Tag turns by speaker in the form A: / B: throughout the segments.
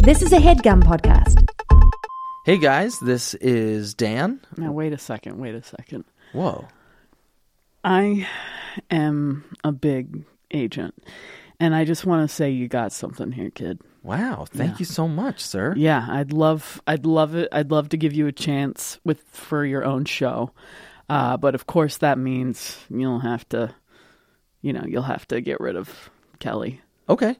A: This is a headgum podcast.
B: Hey guys, this is Dan.
C: Now, wait a second, wait a second.
B: Whoa.
C: I am a big agent, and I just want to say you got something here, kid.
B: Wow. Thank you so much, sir.
C: Yeah, I'd love, I'd love it. I'd love to give you a chance with for your own show, uh, but of course that means you'll have to, you know, you'll have to get rid of Kelly.
B: Okay.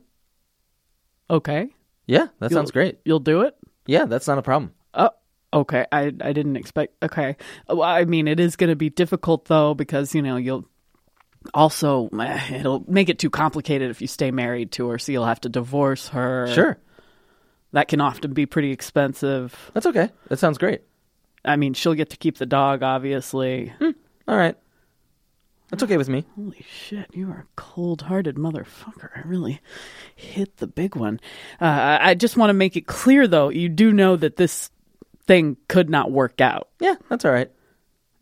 C: Okay,
B: Yeah, that
C: You'll-
B: sounds great.
C: You'll do it.
B: Yeah, that's not a problem.
C: Oh, okay. I I didn't expect. Okay. Oh, Well, I mean, it is going to be difficult though because you know you'll also eh, it'll make it too complicated if you stay married to her, so you'll have to divorce her.
B: Sure.
C: That can often be pretty expensive.
B: That's okay. That sounds great.
C: I mean, she'll get to keep the dog, obviously.
B: All right. That's okay with me.
C: Holy shit, you are a cold hearted motherfucker. I really hit the big one. Uh, I- I just want to make it clear, though, you do know that this thing could not work out.
B: Yeah, that's all right.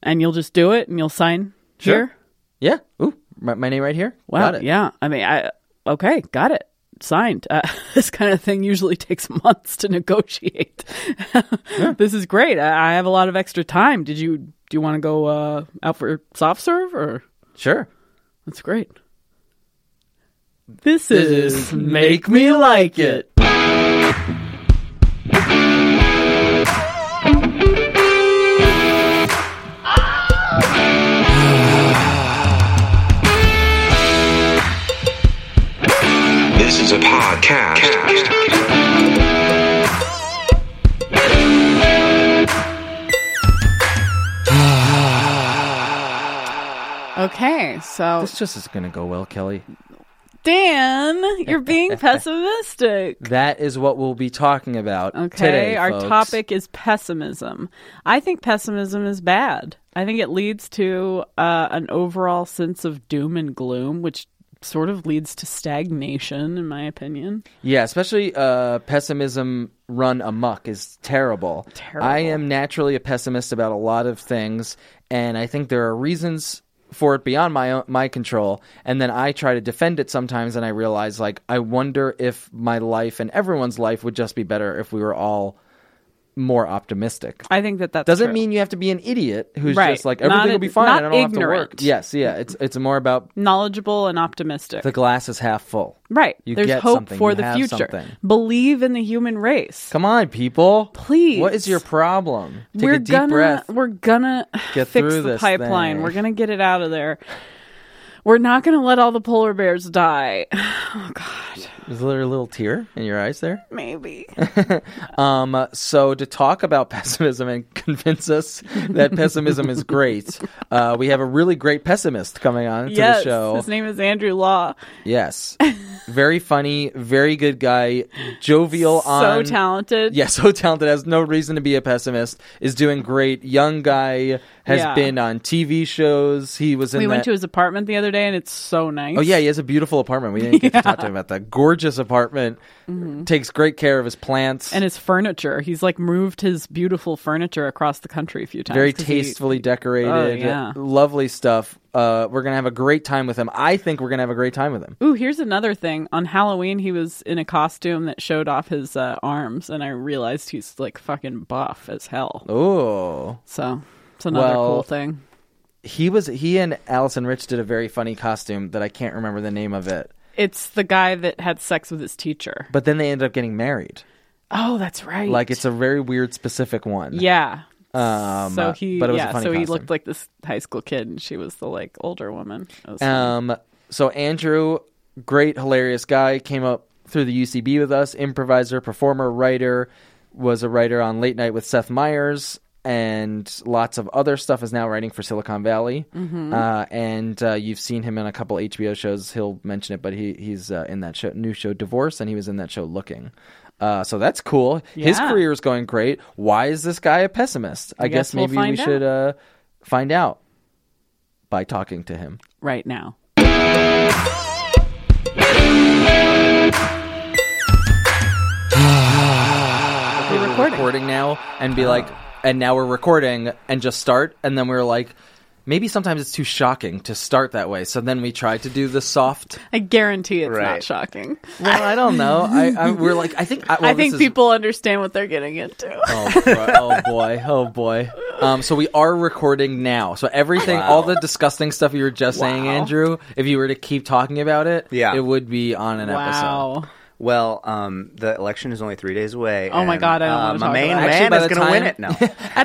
C: And you'll just do it and you'll sign
B: Sure.
C: here?
B: Yeah. Ooh, my, my name right here.
C: Wow.
B: Got it.
C: Yeah. I mean, I okay, got it. Signed. Uh, this kind of thing usually takes months to negotiate. This is great. I, I have a lot of extra time. Did you do you want to go uh, out for soft serve or?
B: Sure.
C: That's great. This, is
B: Make Me Like It.
D: This is a podcast.
C: okay. So
B: This just is going to go well, Kelly.
C: Dan, you're being pessimistic.
B: That is what we'll be talking about
C: Okay,
B: today.
C: our
B: folks.
C: topic is pessimism. I think pessimism is bad. I think it leads to uh, an overall sense of doom and gloom, which sort of leads to stagnation, in my opinion.
B: Yeah, especially uh, pessimism run amok is terrible.
C: Terrible.
B: I am naturally a pessimist about a lot of things, and I think there are reasons for it beyond my own, my control. And then I try to defend it sometimes, and I realize like I wonder if my life and everyone's life would just be better if we were all more optimistic.
C: I think that that's
B: Doesn't
C: true.
B: mean you have to be an idiot who's
C: Right.
B: just like
C: Not
B: everything will
C: ig-
B: be fine.
C: not
B: and I don't have to work.
C: ignorant.
B: Yes, yeah. It's it's more about
C: knowledgeable and optimistic.
B: the glass is half full.
C: right.
B: You
C: There's
B: get
C: hope
B: something.
C: for
B: You
C: the
B: have
C: future.
B: something.
C: Believe in the human race.
B: Come on, people.
C: Please.
B: What is your problem? Take
C: we're
B: a deep
C: gonna
B: breath.
C: we're gonna
B: Get
C: fix
B: through
C: the
B: this
C: pipeline.
B: thing.
C: We're gonna get it out of there. We're not gonna let all the polar bears die.
B: Is there a little tear in your eyes there?
C: Maybe.
B: Um, uh, so to talk about pessimism and convince us that pessimism is great, uh, we have a really great pessimist coming on to
C: yes,
B: the show.
C: His name is Andrew Law.
B: Yes, very funny, very good guy, jovial
C: so
B: on.
C: talented.
B: Yeah, so talented, has no reason to be a pessimist. Is doing great. Young guy has
C: Yeah.
B: been on TV shows. He was in.
C: We
B: that-
C: went to his apartment the other day and it's so nice.
B: Oh yeah, he has a beautiful apartment. We didn't get to talk to him about that. Gorgeous apartment. Takes great care of his plants.
C: Mm-hmm. And his furniture. He's like moved his beautiful furniture across the country a few times.
B: very
C: 'cause he-
B: tastefully decorated.
C: Oh, yeah.
B: Lovely stuff. Uh, we're gonna have a great time with him. I think we're gonna have a great time with him.
C: Ooh, here's another thing. On Halloween, he was in a costume that showed off his uh, arms, and I realized he's like fucking buff as hell.
B: Oh,
C: So it's another
B: Well,
C: cool thing.
B: he was. He and Allison Rich did a very funny costume that I can't remember the name of it.
C: It's the guy that had sex with his teacher.
B: But then they ended up getting married.
C: Oh, that's right.
B: Like it's a very weird, specific one.
C: Yeah.
B: Um,
C: so he,
B: but it was a
C: yeah,
B: funny
C: so he
B: costume.
C: looked like this high school kid, and she was the like older woman. It was funny.
B: Um, so Andrew, great, hilarious guy, came up through the UCB with us, improviser, performer, writer, was a writer on Late Night with Seth Meyers and lots of other stuff is now writing for Silicon Valley.
C: Mm-hmm.
B: Uh, and uh, you've seen him in a couple HBO shows. He'll mention it, but he, he's uh, in that show, new show Divorce, and he was in that show Looking. Uh, so that's cool. His
C: Yeah.
B: career is going great. Why is this guy a pessimist? I, guess,
C: guess we'll
B: maybe we
C: find
B: should uh, find out by talking to him.
C: right now.
B: we were recording now and be like, and now we're recording and just start. And then we were like, maybe sometimes it's too shocking to start that way. So then we try to do the soft.
C: I guarantee it's not
E: Right.
C: shocking.
B: Well, I don't know. I, I we're like I think I, well,
C: I think
B: this is-
C: people understand what they're getting into.
B: Oh, bro- oh boy, oh boy. Um, so we are recording now. So everything, all the disgusting stuff you were just saying, Andrew, if you were to keep talking about it,
E: Yeah.
B: it would be on an episode.
C: wow.
E: Well, um, the election is only three days away.
C: Oh my
E: and,
C: God, I don't
E: uh,
C: wanna
E: My
C: talk
E: main
C: about it.
E: man
B: by
E: is
B: the
E: going to win
B: time-
E: it now.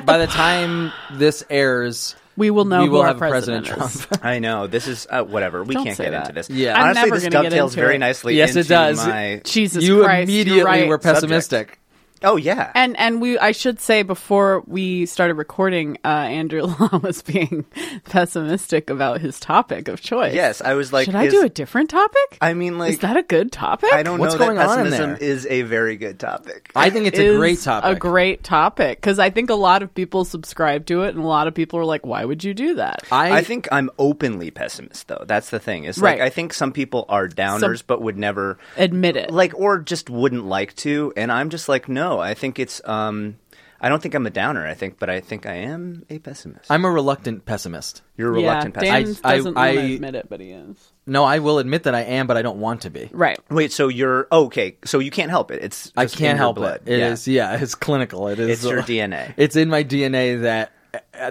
B: By the time this airs,
C: We will know
B: we
C: who
B: will
C: our
B: have
C: president,
B: President,
C: is.
B: Trump.
E: I know this is uh, whatever. We
C: Don't
E: can't
C: say
E: get
C: that.
E: into this.
B: Yeah. I'm
E: honestly,
C: never
E: this
C: gonna get
E: dovetails
C: into
E: very
C: it.
E: nicely.
B: Yes, it
E: into
B: does.
E: My...
C: Jesus
B: you
C: Christ, you're
B: immediately
C: right.
B: were pessimistic.
E: Oh yeah.
C: And and we I should say before we started recording, uh, Andrew Law was being pessimistic about his topic of choice.
E: yes, I was like,
C: should I
E: is-
C: do a different topic?
E: I mean, like,
C: is that a good topic?
E: I don't
B: What's
E: know.
B: going
E: that
B: on in
E: pessimism
B: there?
E: is a very good topic.
B: I think it's a
C: is
B: great topic.
C: A great topic because I think a lot of people subscribe to it, and a lot of people are like, "Why would you do that?"
B: I,
E: I, think I'm openly pessimist, though. That's the thing. It's
C: Right.
E: like I think some people are downers, but would never
C: Admit it.
E: like, or just wouldn't like to. And I'm just like, no. I think it's. um I don't think I'm a downer. I think, but I think I am a pessimist.
B: I'm a reluctant pessimist.
E: You're a
C: yeah,
E: reluctant pessimist.
C: Dan
B: I-
C: doesn't
B: I-
C: want to admit it, but he is.
B: No, I will admit that I am, but I don't want to be.
C: Right.
E: Wait, so you're oh, okay? So you can't help it. It's
B: I
E: just in
B: can't
E: your
B: help
E: blood.
B: it. It
E: yeah.
B: is, yeah. it's clinical. It is.
E: It's your DNA.
B: It's in my DNA that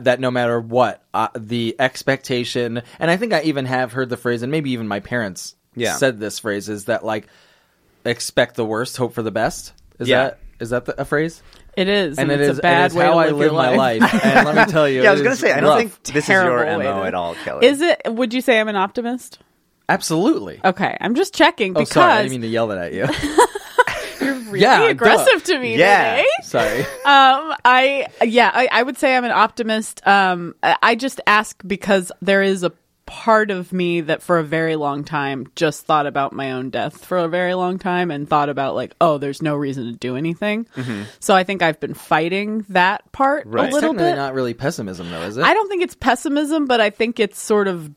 B: that no matter what, uh, the expectation, and I think I even have heard the phrase, and maybe even my parents
E: Yeah.
B: said this phrase, is that like expect the worst, hope for the best. Is
E: Yeah.
B: that is that the, a phrase?
C: It is, and,
B: it
C: it's
B: is-
C: a bad
B: it is
C: way
B: how
C: to
B: I
C: live,
B: live
C: your
B: my life. and let me tell you,
E: Yeah, I
B: it
E: was gonna
B: is
E: say I don't
B: rough.
E: think this is
C: Terrible
E: your
C: way
E: mo
C: to-
E: at all, Kelly.
C: Is it? Would you say I'm an optimist?
B: absolutely.
C: Okay, I'm just checking
B: Oh,
C: because
B: sorry, I didn't mean to yell that at you.
C: really
B: Yeah, duh.
C: aggressive to me
E: Yeah.
C: today.
B: sorry.
C: Um, I yeah, I, I would say I'm an optimist. Um, I I just ask because there is a part of me that for a very long time just thought about my own death for a very long time and thought about like, oh, there's no reason to do anything.
B: Mm-hmm.
C: So I think I've been fighting that part
E: Right.
C: a little
B: Technically
C: bit.
B: not really pessimism though, is it?
C: I don't think it's pessimism, but I think it's sort of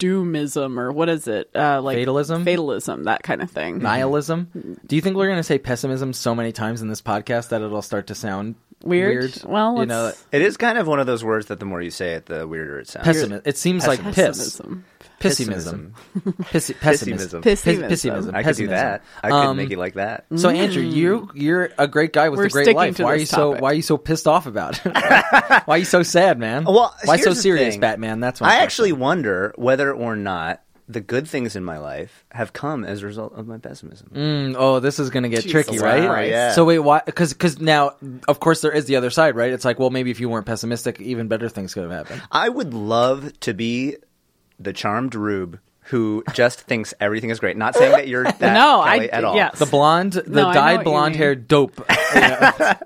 C: doomism or what is it? Uh, like
B: Fatalism?
C: fatalism, that kind of thing.
B: nihilism. Do you think we're going to say pessimism so many times in this podcast that it'll start to sound
C: Weird. Well,
B: you
C: let's-
B: know,
E: It is kind of one of those words that the more you say it, the weirder it sounds.
B: pessimism. It seems like piss.
C: Pessimism.
B: Pessimism. Pessi- Pessimism.
E: Pessimism.
C: Pessimism.
B: Pessimism.
E: I could do
B: Pessimism.
E: that. I could
B: Um,
E: make you like that.
B: So Andrew, you you're a great guy with
C: We're
B: a great
C: sticking
B: life.
C: to
B: Why are
C: this
B: you so
C: topic.
B: Why are you so pissed off about it? why are you so sad, man?
E: Well,
B: why so
E: here's the
B: serious,
E: thing.
B: Batman? That's my
E: I
B: question.
E: actually wonder whether or not the good things in my life have come as a result of my pessimism.
B: Mm, oh, this is going to get tricky, right?
E: Wow, yeah.
B: So wait, why? Because because now, of course, there is the other side, right? It's like, well, maybe if you weren't pessimistic, even better things could have happened.
E: I would love to be the charmed rube who just thinks everything is great. Not saying that you're that
C: No, I-
E: Kelly at all.
C: yes.
B: The blonde, the
C: No, I know what
B: dyed
C: you
B: blonde
C: mean.
B: hair, dope.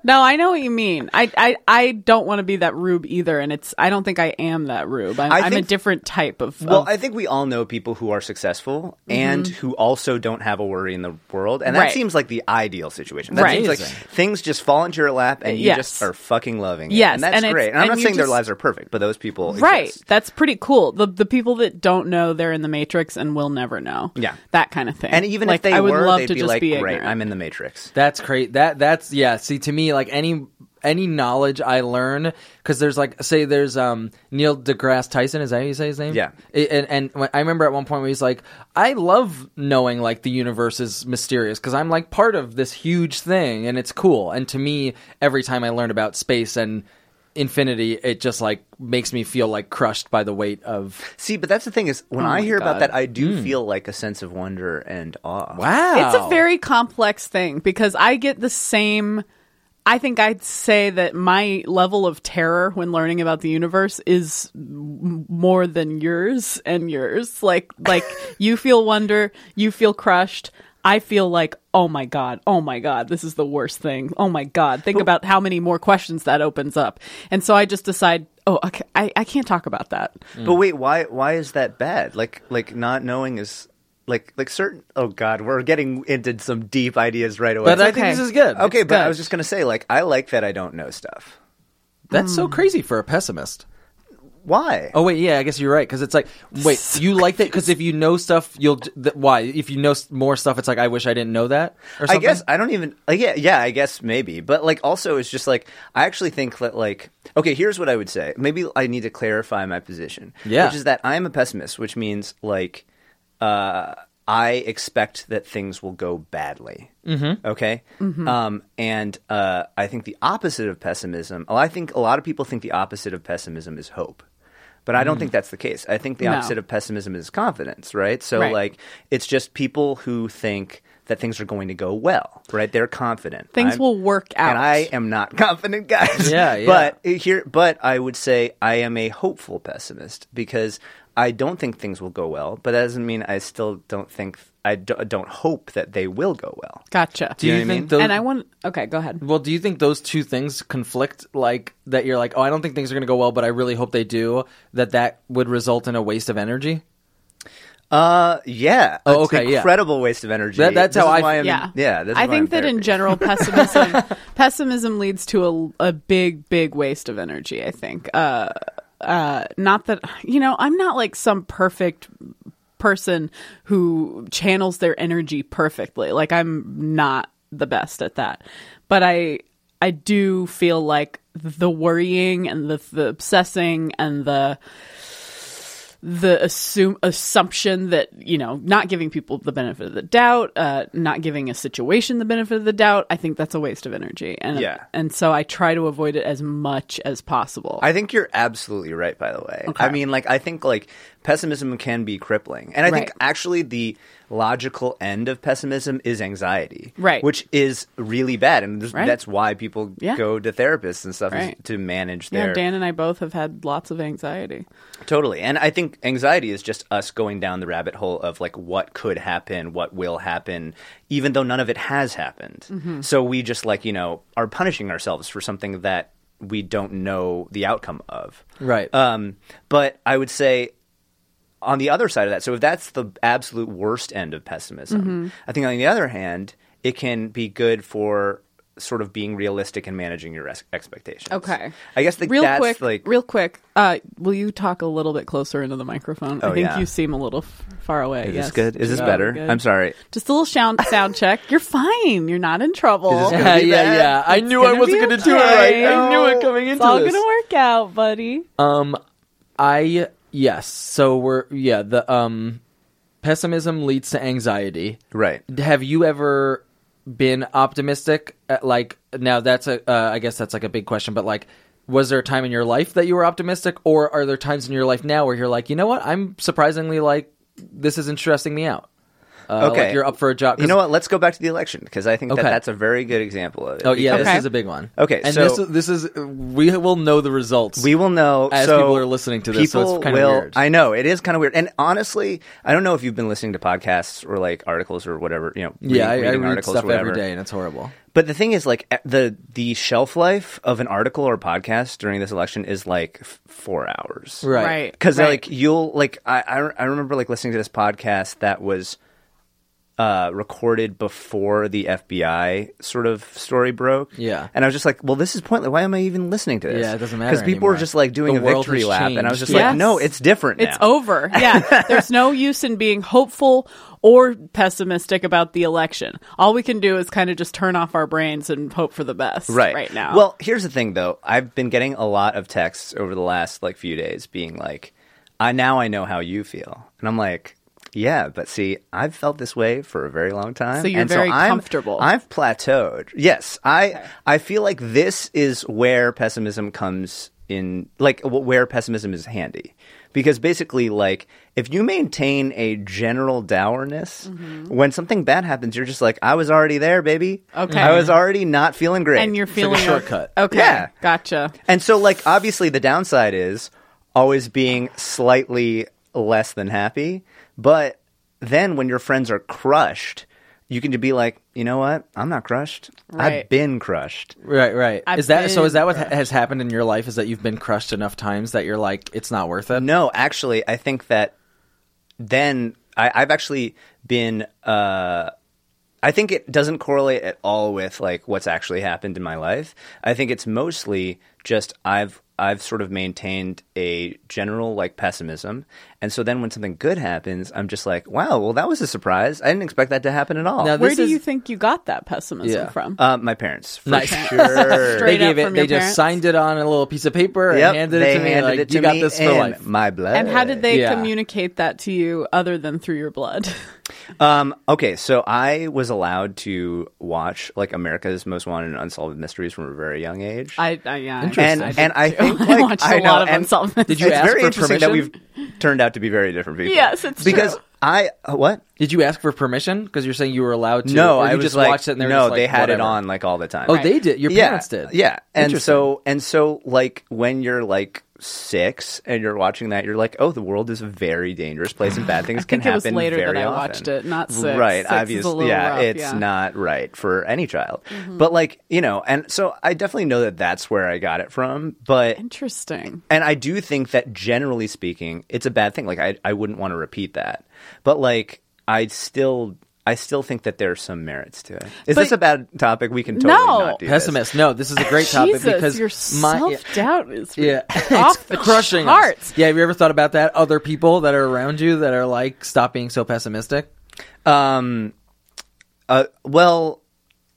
C: No, I know what you mean. I I, I don't want to be that rube either, and it's I don't think I am that rube. I'm,
E: I
C: I'm a
E: think-
C: different type of.
E: Well,
C: of-
E: I think we all know people who are successful and who also don't have a worry in the world, and
C: Mm-hmm.
E: that
C: Right.
E: seems like the ideal situation. That
C: Right.
E: seems like
B: Amazing.
E: things just fall into your lap, and you
C: Yes.
E: just are fucking loving it.
C: Yes,
E: and that's
C: and it's-
E: great. And I'm
C: and
E: not
C: you
E: saying their
C: just-
E: lives are perfect, but those people,
C: right.
E: exist.
C: That's pretty cool. The the people that don't know they're in the matrix and will never know.
E: Yeah.
C: that kind of thing.
E: And even
C: like,
E: if they
C: I would
E: were,
C: love
E: they'd
C: to
E: be
C: just
E: like,
C: be
E: "Great,
C: ignorant.
E: I'm in the Matrix."
B: That's great. That that's yeah. See, to me, like any any knowledge I learn, because there's like say there's um Neil deGrasse Tyson. Is that how you say his name?
E: Yeah.
B: I- And and when- I remember at one point where he's like, I love knowing like the universe is mysterious because I'm like part of this huge thing and it's cool. And to me, every time I learn about space and infinity, it just like makes me feel like crushed by the weight of
E: See, but that's the thing is, when I
C: my
E: hear about
C: God.
E: that, I do
C: Mm.
E: feel like a sense of wonder and awe.
B: wow.
C: It's a very complex thing because I get the same. I think I'd say that my level of terror when learning about the universe is m- more than yours and yours. Like, like you feel wonder, you feel crushed. I feel like, oh my god, oh my god, this is the worst thing. Oh my god, think about how many more questions that opens up. And so I just decide, oh, okay, I, I can't talk about that.
B: Mm.
E: But wait, why? Why is that bad? Like, like not knowing is like like certain. Oh God, we're getting into some deep ideas right away.
B: But I think
C: okay.
B: this is good.
E: okay,
B: It's
E: but
B: good.
E: I was just gonna say, like, I like that I don't know stuff.
C: Hmm.
B: that's so crazy for a pessimist.
E: Why?
B: Oh wait, yeah, I guess you're right because it's like wait, you like that because if you know stuff, you'll th- why if you know s- more stuff, it's like I wish I didn't know that. Or
E: I
B: something?
E: guess I don't even. Like, yeah, yeah. I guess maybe, but like also, it's just like I actually think that like okay, here's what I would say. Maybe I need to clarify my position.
B: Yeah.
E: which is that I'm a pessimist, which means like uh, I expect that things will go badly. Mm-hmm. Okay, um, and uh, I think the opposite of pessimism. Well, I think a lot of people think the opposite of pessimism is hope. But
B: Mm.
E: I don't think that's the case. I think the
C: No.
E: opposite of pessimism is confidence, right? So
C: Right.
E: like it's just people who think that things are going to go well, right? They're confident.
C: Things will work out.
E: And I am not confident, guys.
B: Yeah, yeah.
E: But eh, here but I would say I am a hopeful pessimist because I don't think things will go well, but that doesn't mean I still don't think I do, don't hope that they will go well.
C: Gotcha.
B: Do you,
E: know what I
B: think
E: mean?
B: those?
C: and I want. Okay, go ahead.
B: well, do you think those two things conflict? Like that, you're like, oh, I don't think things are going to go well, but I really hope they do. That that would result in a waste of energy.
E: Uh yeah.
B: Oh,
E: It's an
B: okay, yeah.
E: Incredible waste of energy.
B: That- that's
E: This
B: how
E: is
B: I-
E: why I'm-
C: yeah,
E: Yeah, this is
C: I
E: why I'm
C: think that in
E: therapy.
C: general, pessimism pessimism leads to a, a big, big waste of energy. I think. Uh, uh, not that you know, I'm not like some perfect person who channels their energy perfectly. Like I'm not the best at that, but I I do feel like the worrying and the, the obsessing and the the assume assumption that you know not giving people the benefit of the doubt uh, not giving a situation the benefit of the doubt i think that's a waste of energy and
E: Yeah.
C: and so i try to avoid it as much as possible
E: I think you're absolutely right. By the way, I mean, like, I think like pessimism can be crippling, and I think
C: Right.
E: actually the logical end of pessimism is anxiety,
C: Right.
E: Which is really bad, and this-
C: Right.
E: that's why people
C: Yeah.
E: go to therapists and stuff is
C: Right.
E: to manage
C: yeah,
E: their
C: Dan and I both have had lots of anxiety.
E: Totally. And I think anxiety is just us going down the rabbit hole of like what could happen, what will happen, even though none of it has happened.
C: Mm-hmm.
E: So we just like, you know, are punishing ourselves for something that we don't know the outcome of.
B: Right.
E: Um, but I would say on the other side of that, so if that's the absolute worst end of pessimism,
C: Mm-hmm.
E: I think on the other hand, it can be good for sort of being realistic and managing your ex- expectations.
C: Okay.
E: I guess like,
C: real
E: that's
C: quick,
E: like
C: real quick. Uh, will you talk a little bit closer into the microphone? I
E: Oh,
C: think
E: yeah.
C: you seem a little f- far away.
E: Is
C: yes.
E: this good? Is this
C: Yeah,
E: better?
C: good.
E: I'm sorry.
C: Just a little sound sound check. You're fine. You're not in trouble.
E: Is this
B: yeah,
E: be
B: yeah,
E: bad.
B: yeah. I knew I
C: gonna
B: wasn't
C: be
B: going to do it right.
C: okay.
B: I knew it coming into
C: it's all
B: this.
C: gonna work out, buddy.
B: Um, I yes. So we're yeah. The um, pessimism leads to anxiety.
E: Right.
B: Have you ever been optimistic? At, like now, that's a. Uh, I guess that's like a big question, but like. Was there a time in your life that you were optimistic, or are there times in your life now where you're like, you know what, I'm surprisingly like, this isn't stressing me out. Uh, like
E: Okay.
B: you're up for a job.
E: You know what? Let's go back to the election because I think
B: Okay.
E: that that's a very good example of it.
B: Oh yeah,
C: Okay.
B: this is a big one.
E: Okay,
B: and
E: so-
B: this this is we will know the results.
E: We will know
B: As
E: so
B: people are listening to this, so it's
E: people
B: kinda
E: will-
B: weird.
E: I know it is kind of weird, and honestly, I don't know if you've been listening to podcasts or like articles or whatever. You know,
B: yeah, I,
E: reading,
B: I
E: reading
B: read
E: articles,
B: stuff
E: whatever.
B: every day, and it's horrible.
E: But the thing is, like e- the the shelf life of an article or podcast during this election is like f- four hours,
B: Right.
C: Right.
E: because
C: right.
E: like you'll like I, I I remember like listening to this podcast that was uh recorded before the FBI sort of story broke.
B: Yeah.
E: And I was just like, well this is pointless. Why am I even listening to this?
B: Yeah, it doesn't matter
E: Cuz people
B: anymore.
E: were just like doing
B: The
E: a
B: world
E: victory
B: has
E: lap and I was
B: changed.
E: just like, no,
C: Yes.
E: it's different now.
C: It's over. Yeah. There's no use in being hopeful or pessimistic about the election. All we can do is kind of just turn off our brains and hope for the best
E: right
C: right now.
E: Well, here's the thing though. I've been getting a lot of texts over the last like few days being like, I now I know how you feel. And I'm like, yeah, but see, I've felt this way for a very long time.
C: So you're
E: and
C: very
E: I'm,
C: comfortable.
E: I've plateaued. Yes, I I feel like this is where pessimism comes in like wh- where pessimism is handy. Because basically like if you maintain a general dourness,
C: Mm-hmm.
E: when something bad happens, you're just like, I was already there, baby.
C: Okay.
E: I was already not feeling great.
C: and you're feeling
B: a shortcut.
C: Okay.
E: Yeah.
C: Gotcha.
E: And so, like, obviously, the downside is always being slightly less than happy. But then when your friends are crushed, you can be like, you know what? I'm not crushed.
C: Right.
E: I've been crushed.
B: Right, right.
C: I've
B: is that so?
C: been
B: Is that what ha- has happened in your life? Is that you've been crushed enough times that you're like, it's not worth it?
E: No, actually, I think that then I, I've actually been. Uh, I think it doesn't correlate at all with like what's actually happened in my life. I think it's mostly just I've I've sort of maintained a general like pessimism, and so then when something good happens, I'm just like, wow, well that was a surprise. I didn't expect that to happen at all.
B: Now,
C: Where
B: this
C: do
B: is-
C: you think you got that pessimism
B: Yeah.
C: from?
E: uh, my parents, for
B: Nice.
E: sure.
B: they
C: Straight up
B: gave it.
C: from
B: They
C: your
B: just
C: parents?
B: signed it on a little piece of paper
E: Yep,
B: and handed
E: they
B: it to me.
E: handed
B: like,
E: it to
B: you got
E: me
B: this for
E: in
B: life.
E: My blood.
C: and how did they
B: Yeah.
C: communicate that to you other than through your blood?
E: Um, okay, so I was allowed to watch like America's Most Wanted and Unsolved Mysteries from a very young age.
C: I, I yeah.
E: and
C: I,
E: and I think
C: I
E: like
C: watched a
E: know,
C: lot of
E: and
C: Unsolved
E: it's
C: Did
B: you ask
E: very
B: for
E: interesting
B: permission?
E: that we've turned out to be very different people.
C: Yes, it's
E: because
C: true.
E: I uh, what?
B: Did you ask for permission? Because you're saying you were allowed to.
E: no,
B: or you
E: I was
B: just
E: like,
B: watched it. And they were
E: no,
B: just like,
E: they had it
B: whatever.
E: on like all the time.
B: Oh, they did. Your parents
E: yeah,
B: did.
E: Yeah, and
B: Interesting.
E: so and so like when you're like six and you're watching that, you're like, oh, the world is a very dangerous place and bad things
C: I think
E: can
C: it was
E: happen
C: later
E: very
C: that I
E: often.
C: watched it, not six.
E: Right,
C: Six is a
E: obviously,
C: little
E: yeah,
C: rough,
E: it's
C: yeah. Mm-hmm.
E: not right for any child. But like you know, and so I definitely know that that's where I got it from. But
C: Interesting.
E: and I do think that generally speaking, it's a bad thing. Like I, I wouldn't want to repeat that. But like I still I still think that there's some merits to it.
C: But-
E: Is this a bad topic? We can totally
C: No.
E: not do this.
B: Pessimist. No, this is a great topic
C: Jesus,
B: because
C: your
B: my
C: self doubt is
B: yeah,
C: off the
B: it's crushing us.
C: charts.
B: Yeah, have you ever thought about that? Other people that are around you that are like, stop being so pessimistic.
E: Um uh well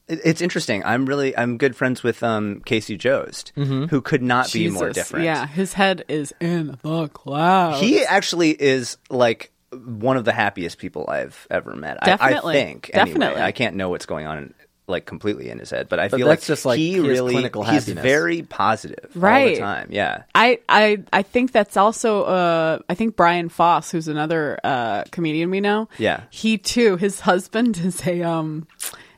E: it- it's interesting. I'm really I'm good friends with um Casey Jost, who could not be more
C: Mm-hmm. Jesus.
E: different.
C: Yeah, his head is in the clouds.
E: He actually is like one of the happiest people I've ever met.
C: Definitely.
E: I, I think. anyway.
C: Definitely.
E: I can't know what's going on like completely in his head, but I
B: But
E: feel
B: that's
E: like
B: just, like,
E: he
B: his
E: really
B: clinical
E: he's
B: happiness.
E: very positive all
C: Right.
E: the time. Yeah.
C: I, I I think that's also uh I think Brian Foss, who's another uh comedian we know.
E: Yeah.
C: He too, his husband is a um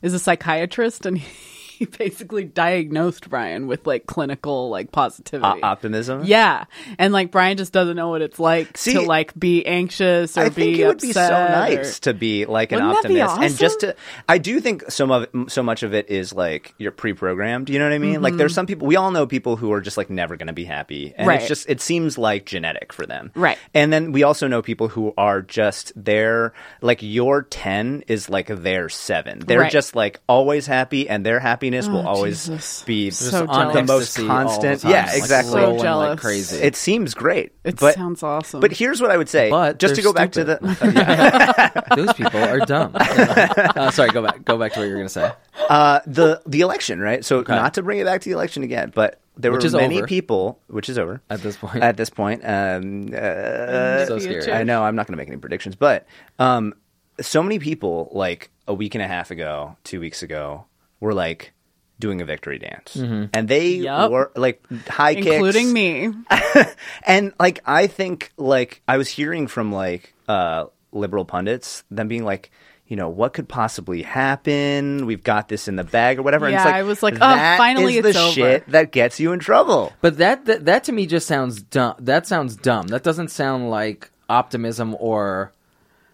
C: is a psychiatrist and he basically diagnosed Brian with like clinical like
E: O-
C: positivity.
E: Uh, optimism.
C: yeah. And like Brian just doesn't know what it's like
E: See,
C: to like be anxious or
E: I
C: be
E: think it would be so
C: upset or-
E: nice to be like an
C: Wouldn't that be
E: optimist, and just
C: awesome?
E: to. I do think some of so much of it is like you're pre-programmed. You know what I mean? Like there's some people we all know people who are just like never going to be happy, and
C: Mm-hmm. Right.
E: it's just it seems like genetic for them,
C: Right.
E: And then we also know people who are just their like your ten is like their seven. They're
C: Right. Oh,
E: just like always happy, and their happiness will always
C: Jesus.
E: be
C: So
B: Just on
C: jealous. The
E: most
B: ecstasy all
E: constant-
B: the time,
E: yeah,
B: like,
E: exactly. So
B: rolling like
C: jealous.
B: crazy.
E: It seems great.
C: It
E: but,
C: sounds awesome.
E: But here's what I would say.
B: But
E: just to
B: they're
E: go back to
B: stupid.
E: the
B: Those people are dumb. Uh, sorry, go back. Go back to what you were going to say.
E: uh, the the election, right? So not to bring it back to the election again, but there
B: Which
E: were
B: is
E: many
B: over.
E: people, which is over
B: At this point.
E: At this point, um, uh,
B: so scary.
C: future.
E: I know I'm not going to make any predictions, but um, so many people, like a week and a half ago, two weeks ago, were like doing a victory dance,
B: Mm-hmm.
E: and they
C: Yup.
E: were like high kicks,
C: including me.
E: and like I think like I was hearing from like uh liberal pundits them being like you know what could possibly happen we've got this in the bag or whatever and
C: Yeah,
E: it's like
C: I was like, oh,
E: that
C: finally
E: is
C: it's
E: the
C: over.
E: shit that gets you in trouble
B: But that, that that to me just sounds dumb. That sounds dumb. That doesn't sound like optimism or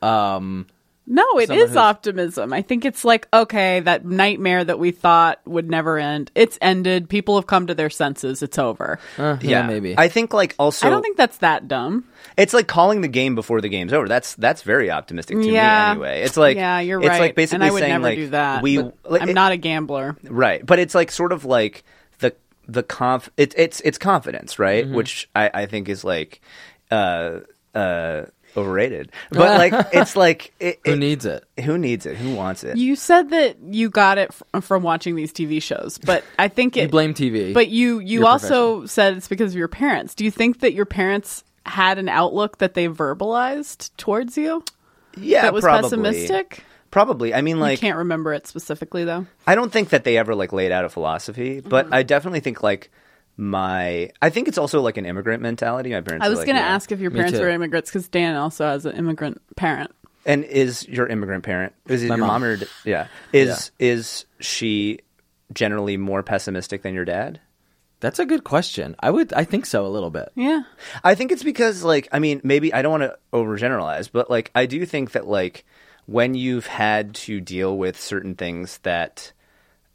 B: um
C: No, it
B: someone
C: is
B: who's-
C: optimism. I think it's like, okay, that nightmare that we thought would never end, it's ended. People have come to their senses. It's over.
B: uh, yeah, maybe.
E: I think like also
C: I don't think that's that dumb.
E: it's like calling the game before the game's over that's that's very optimistic to
C: Yeah.
E: me anyway it's like
C: yeah, you're
E: it's
C: right.
E: like basically
C: and I would
E: saying
C: never
E: like
C: do that.
E: we
C: but
E: like,
C: I'm
E: it-
C: not a gambler.
E: Right, but it's like sort of like the the conf. It, it's it's confidence, right?
C: Mm-hmm.
E: Which I, I think is like uh uh overrated. But like it's like it,
B: who
E: it-
B: needs it?
E: who needs it? Who wants it?
C: You said that you got it fr- from watching these TV shows, but I think it.
B: You blame TV.
C: But you you
B: Your
C: also said it's because of your parents. Do you think that your parents had an outlook that they verbalized towards you
E: yeah,
C: that was
E: Uh, probably.
C: pessimistic?
E: Probably. I mean,
C: I
E: like
C: can't remember it specifically though.
E: I don't think that they ever like laid out a philosophy, but
C: Mm-hmm.
E: I definitely think like my I think it's also like an immigrant mentality. My parents.
C: I
E: are
C: was
E: like,
C: going to
E: yeah.
C: ask if your
B: Me
C: parents
B: too.
C: were immigrants because Dan also has an immigrant parent.
E: And is your immigrant parent is it
B: My
E: your
B: mom.
E: mom, or d- yeah is is she generally more pessimistic than your dad?
B: That's a good question. I would I think so a little bit.
C: Yeah,
E: I think it's because like I mean maybe I don't want to overgeneralize, but like I do think that like when you've had to deal with certain things that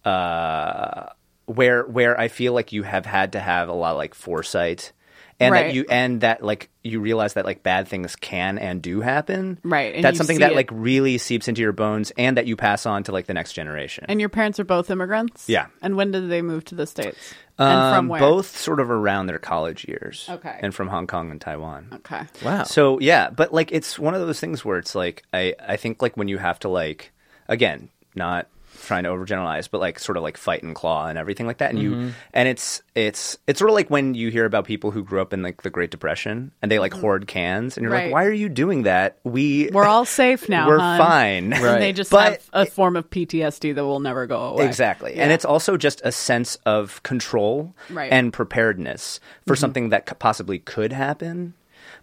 E: uh where where I feel like you have had to have a lot of like foresight and
C: Right.
E: that you and that like you realize that like bad things can and do happen.
C: Right, and you
E: That's something
C: see
E: that
C: it.
E: like really seeps into your bones and that you pass on to like the next generation.
C: And your parents are both immigrants?
E: Yeah.
C: And when did they move to the States?
E: Um,
C: and from where?
E: Both sort of around their college years.
C: Okay.
E: And from Hong Kong and Taiwan.
C: Okay.
B: Wow.
E: So yeah, but like it's one of those things where it's like I I think like when you have to like again not trying to overgeneralize, but like sort of like fight and claw and everything like that, and
C: Mm-hmm.
E: you and it's it's it's sort of like when you hear about people who grew up in like the Great Depression and they like hoard cans, and you're
C: Mm-hmm. Right.
E: like, why are you doing that? We
C: We're all safe now.
E: we're
C: hon.
E: fine,
C: And they
B: Right.
C: just
E: But-
C: have a form of PTSD that will never go away.
E: Exactly. And it's also just a sense of control
C: Right.
E: and preparedness for something that c- possibly could happen.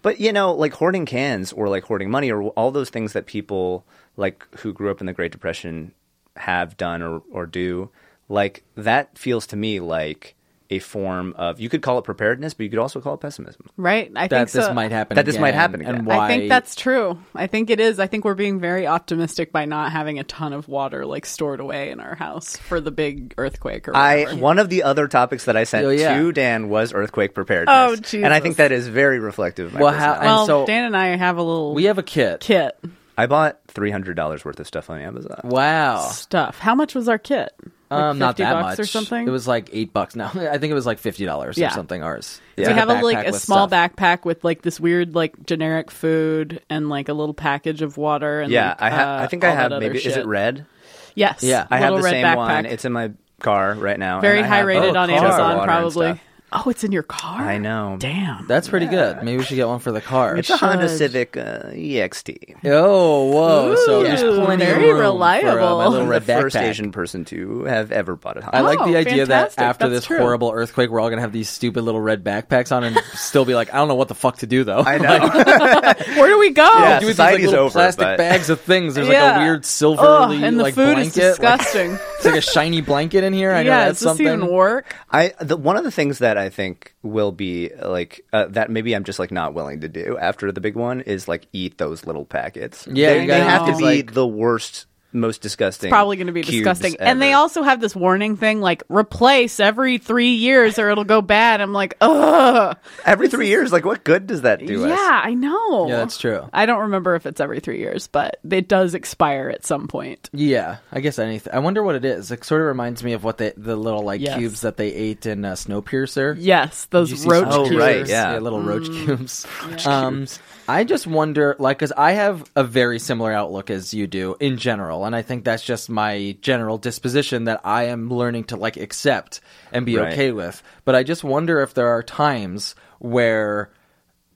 E: But, you know, like hoarding cans or like hoarding money or all those things that people like who grew up in the Great Depression have done or, or do, like that feels to me like a form of, you could call it preparedness, but you could also call it pessimism.
C: Right? I
B: that
C: think
B: this
C: so.
B: might happen.
E: That this might
B: again,
E: happen again.
B: And why?
C: I think that's true. I think it is. I think we're being very optimistic by not having a ton of water like stored away in our house for the big earthquake or
E: I
C: whatever.
E: one of the other topics that I sent
B: Oh, yeah.
E: to Dan was earthquake preparedness,
C: Oh,
E: and I think
C: Jesus.
E: that is very reflective. Of my
B: Well, how-
E: personality.
C: well,
B: and so-
C: Dan and I have a little
B: we have a kit.
C: kit
E: I bought three hundred dollars worth of stuff on Amazon.
B: Wow.
C: stuff. How much was our kit? Like
B: Um, not
C: 50
B: that
C: bucks
B: much.
C: or something.
B: It was like eight bucks. No, I think it was like fifty dollars
C: Yeah.
B: or something. Ours.
E: Yeah.
C: we
E: Like
C: have a, like
B: backpack
C: a
B: with
C: small
B: stuff.
C: backpack with like this weird like generic food and like a little package of water and
E: Yeah,
C: like,
E: I ha-
C: uh,
E: I think I
C: all that
E: have
C: other
E: maybe is
C: shit.
E: it red?
C: yes
B: Yeah.
E: I have
C: little
E: the
C: red
E: same
C: backpack
E: one. It's in my car right now.
C: very
E: and I
C: high
E: have-
C: rated
B: oh, car.
C: on
E: Water
C: Amazon
E: and
C: probably
E: stuff.
C: oh it's in your car
E: I know.
C: damn
B: That's pretty good. Maybe we should get one for the car.
E: It's a Honda Civic uh, EXT.
B: Oh, whoa! so there's
C: Ooh,
B: plenty of
C: very
B: room For, uh,
C: reliable.
B: my little
E: I'm the
B: red backpack.
E: first Asian person to have ever bought a Honda.
B: I like
C: Oh,
B: the idea
C: fantastic.
B: that after
C: That's
B: this
C: true.
B: horrible earthquake, we're all gonna have these stupid little red backpacks on and still be like, I don't know what the fuck to do though.
E: I know.
C: where do we go
E: Yeah,
B: Do with these like
E: Society's
B: little
E: over,
B: plastic
E: but-
B: bags of things. There's like
C: Yeah.
B: a weird silver
C: Ugh,
B: le-
C: and the
B: like
C: food
B: blanket.
C: is
B: like-
C: disgusting
B: it's like a shiny blanket in here. I know
C: yeah
B: that's
C: does
B: something.
C: this even work
E: I the, one of the things that I think will be like uh, that maybe I'm just like not willing to do after the big one is like eat those little packets.
B: Yeah,
E: they,
B: you
E: they
B: gotta
E: have
B: eat
E: to
B: these,
E: be
B: like-
E: the worst, most disgusting.
C: probably going to be
E: cubes
C: disgusting and they
E: ever.
C: also have this warning thing like replace every three years or it'll go bad i'm like ugh
E: every three years. Like, what good does that do us?
C: yeah i know
B: Yeah, that's true.
C: i don't remember if it's every three years but it does expire at some point
B: Yeah, I guess anything. I wonder what it is. It sort of reminds me of what the the little like
C: Yes.
B: cubes that they ate in uh, Snowpiercer.
C: yes
B: You
C: those
B: see
C: roach
B: some
E: Oh,
C: cubes
E: right, yeah.
B: little roach cubes. Um, I just wonder, like, because I have a very similar outlook as you do in general, and I think that's just my general disposition that I am learning to like accept and be
E: Right.
B: okay with. But I just wonder if there are times where.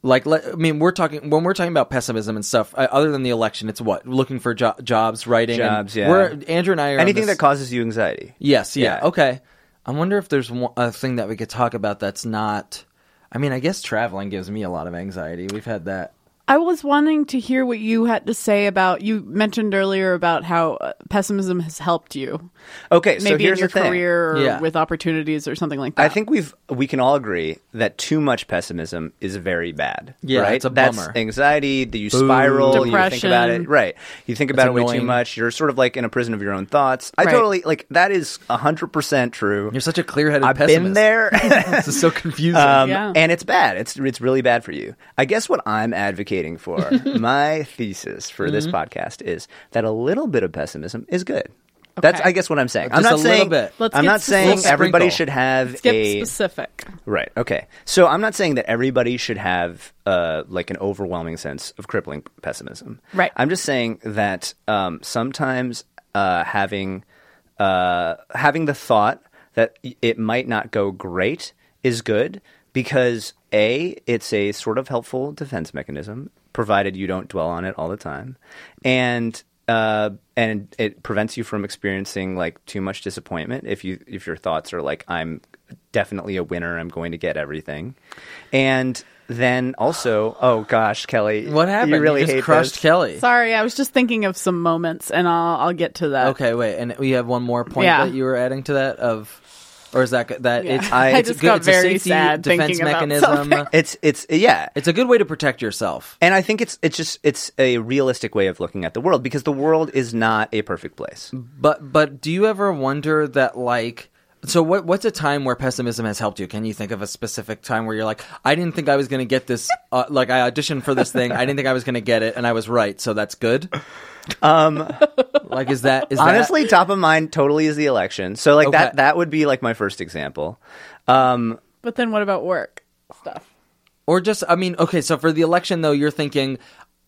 B: Like, let, I mean, we're talking when we're talking about pessimism and stuff. Uh, other than the election, it's what looking for jo- jobs, writing, and
E: Jobs, yeah.
B: We're, Andrew and I are on
E: Anything
B: this-
E: that causes you anxiety.
B: Yes. Yeah.
E: Yeah.
B: Okay. I wonder if there's one, a thing that we could talk about that's not. I mean, I guess traveling gives me a lot of anxiety. We've had that.
C: I was wanting to hear what you had to say about you mentioned earlier about how uh, pessimism has helped you
E: Okay, so
C: maybe in
E: here's
C: your
E: the thing.
C: career or
B: Yeah.
C: with opportunities or something like that.
E: I think we've we can all agree that too much pessimism is very bad.
B: Yeah,
E: right?
B: it's a
E: That's
B: bummer.
E: anxiety. That you spiral. You think
C: Depression.
E: about it. Right. You think about it way
B: annoying.
E: too much. You're sort of like in a prison of your own thoughts. I
C: Right.
E: totally like that is hundred percent true.
B: You're such a clear-headed
E: I've
B: pessimist.
E: been there.
B: This is so confusing.
E: Um,
C: Yeah.
E: And it's bad. It's it's really bad for you. I guess what I'm advocating for, my thesis for
C: Mm-hmm.
E: this podcast is that a little bit of pessimism is good. That's
C: Okay.
E: I guess what I'm saying. I'm
B: Uh, Just
E: not
B: a little
E: saying
B: bit.
C: Let's
E: I'm
C: get
E: not
C: sp- Little
E: saying
B: sprinkle.
E: everybody should have
C: Skip
E: a
C: specific.
E: right. Okay, so I'm not saying that everybody should have uh, like an overwhelming sense of crippling pessimism.
C: Right.
E: I'm just saying that um, sometimes uh, having uh, having the thought that y- it might not go great is good because a it's a sort of helpful defense mechanism, provided you don't dwell on it all the time, and uh, and it prevents you from experiencing like too much disappointment if you if your thoughts are like I'm definitely a winner, I'm going to get everything, and then also oh gosh Kelly
B: what happened?
E: you really
B: just
E: hate
B: crushed
E: this.
B: Kelly.
C: Sorry, I was just thinking of some moments, and I'll I'll get to that.
B: Okay, wait, and we have one more point
C: Yeah.
B: that you were adding to that of, or is that good- that
C: Yeah.
B: it's
E: I-
B: it's
C: just
B: good,
C: got
B: it's a
C: very
B: safety
C: sad
B: defense
C: thinking about
B: mechanism.
C: something.
E: It's it's yeah.
B: It's a good way to protect yourself.
E: And I think it's it's just it's a realistic way of looking at the world because the world is not a perfect place.
B: But but do you ever wonder that like So what what's a time where pessimism has helped you? Can you think of a specific time where you're like, I didn't think I was going to get this uh, like I auditioned for this thing, I didn't think I was going to get it and I was right, so that's good?
E: Um,
B: Like is that is that-
E: honestly, top of mind totally is the election. So like
B: Okay.
E: that that would be like my first example. Um,
C: But then what about work stuff?
B: or just I mean, okay, so for the election though, you're thinking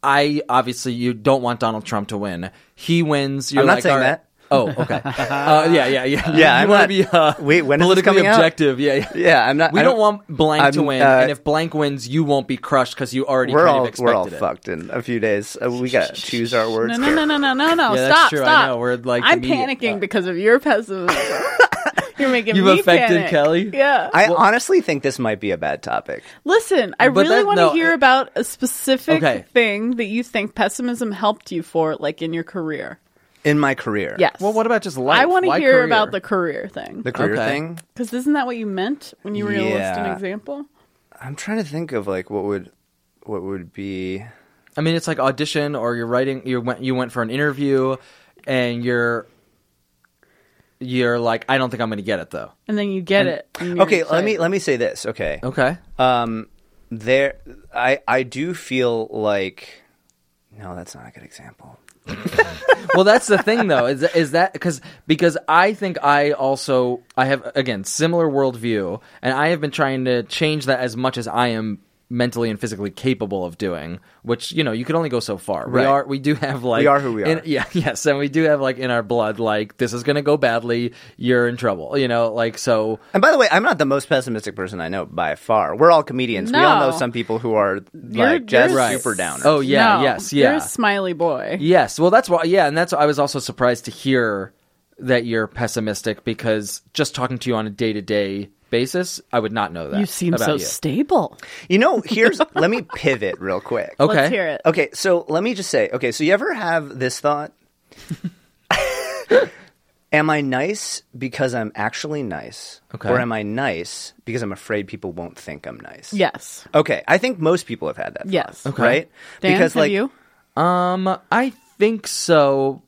B: I obviously you don't want Donald Trump to win. He wins. You're
E: I'm not
B: like,
E: saying
B: all right-
E: that.
B: Oh, okay. uh, yeah, yeah, yeah.
E: Yeah,
B: you
E: I'm
B: want to
E: not-
B: be uh,
E: Wait, when is
B: politically
E: this coming out?
B: objective. Yeah, yeah.
E: yeah, I'm not.
B: We
E: I
B: don't, want blank to
E: I'm,
B: win,
E: uh,
B: and if blank wins, you won't be crushed because you already
E: We're
B: kind
E: all
B: of expected
E: we're all
B: it.
E: fucked in a few days. Uh, We gotta choose our
C: No,
E: words.
C: no, no, no, no, no, no.
B: Yeah, that's
C: stop,
B: true. I
C: stop.
B: know. We're, like,
C: I'm
B: immediate-
C: panicking because of your pessimism. You're making
B: You've
C: me
B: affected
C: panic.
B: Kelly?
C: Yeah.
E: I honestly think this might be a bad topic.
C: Listen, I
B: But
C: really
B: that-
C: want to
B: no,
C: hear
B: uh,
C: about a specific
B: Okay.
C: thing that you think pessimism helped you for, like in your career.
E: in my career.
C: Yes.
B: Well, what about just life?
C: I want to
B: Why
C: hear
B: career?
C: about the career thing.
E: The career
B: Okay.
E: thing.
C: Because isn't that what you meant when you were going to list an
E: Yeah.
C: example?
E: I'm trying to think of like what would what would be
B: I mean, it's like audition, or you're writing. You went. You went for an interview, and you're. You're like, I don't think I'm going to get it though.
C: And then you get it. and you're
E: Okay, let me
C: excited.
E: let me say this. Okay.
B: Okay.
E: Um there I I do feel like no, that's not a good example.
B: well, that's the thing though. Is is that because because I think I also I have again similar worldview, and I have been trying to change that as much as I am mentally and physically capable of doing. Which you know you can only go so far. We
E: Right.
B: are we do have like
E: We are who we
B: in-
E: are.
B: yeah, yes, and we do have like in our blood like this is going to go badly. You're in trouble. You know, like so.
E: And by the way, I'm not the most pessimistic person I know by far. We're all comedians. We all
C: No.
E: know some people who are
C: You're-
E: like just
C: you're
E: super down.
B: Oh yeah,
C: No,
B: yes, yeah.
C: You're a smiley boy.
B: Yes. Well, that's why. Yeah, and that's I was also surprised to hear that you're pessimistic because just talking to you on a day to day basis, I would not know that.
C: You seem
B: about
C: so
B: you.
C: stable.
E: You know, here's let me pivot real quick.
B: Okay.
C: Let's hear it.
E: Okay, so let me just say, okay, so you ever have this thought? am I nice because I'm actually nice?
B: Okay.
E: Or am I nice because I'm afraid people won't think I'm nice?
C: Yes.
E: Okay, I think most people have had that. thought,
C: Yes. Okay.
E: Right?
C: Dan,
E: because
C: have
E: like
C: you?
B: Um, I think so,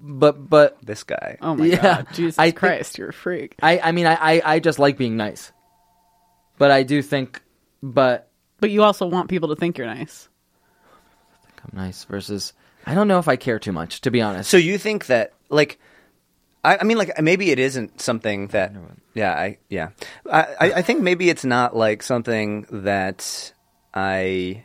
B: but but
E: this guy.
C: Oh my
B: yeah,
C: God. Jesus
B: I think-
C: Christ, you're a freak.
B: I I mean I, I I just like being nice, but I do think but
C: But you also want people to think you're nice.
B: I'm nice versus I don't know if I care too much to be honest.
E: So you think that like I, I mean like maybe it isn't something that yeah, I yeah. I, I, I think maybe it's not like something that I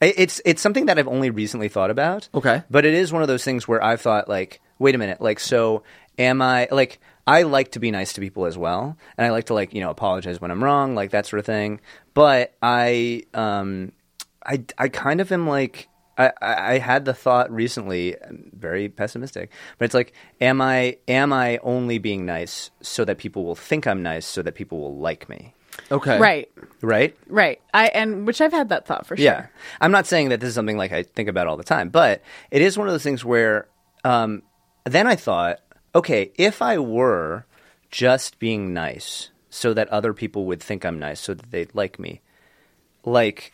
E: I- it's it's something that I've only recently thought about.
B: Okay.
E: But it is one of those things where I've thought like, wait a minute, like so am I like I like to be nice to people as well and I like to like, you know, apologize when I'm wrong, like that sort of thing. But I um I I kind of am like I, I I had the thought recently, very pessimistic, but it's like, am I am I only being nice so that people will think I'm nice, so that people will like me,
B: okay.
C: Right.
E: right?
C: Right. I and which I've had that thought for sure.
E: Yeah. I'm not saying that this is something like I think about all the time, but it is one of those things where um, then I thought, okay, if I were just being nice so that other people would think I'm nice so that they'd like me, like,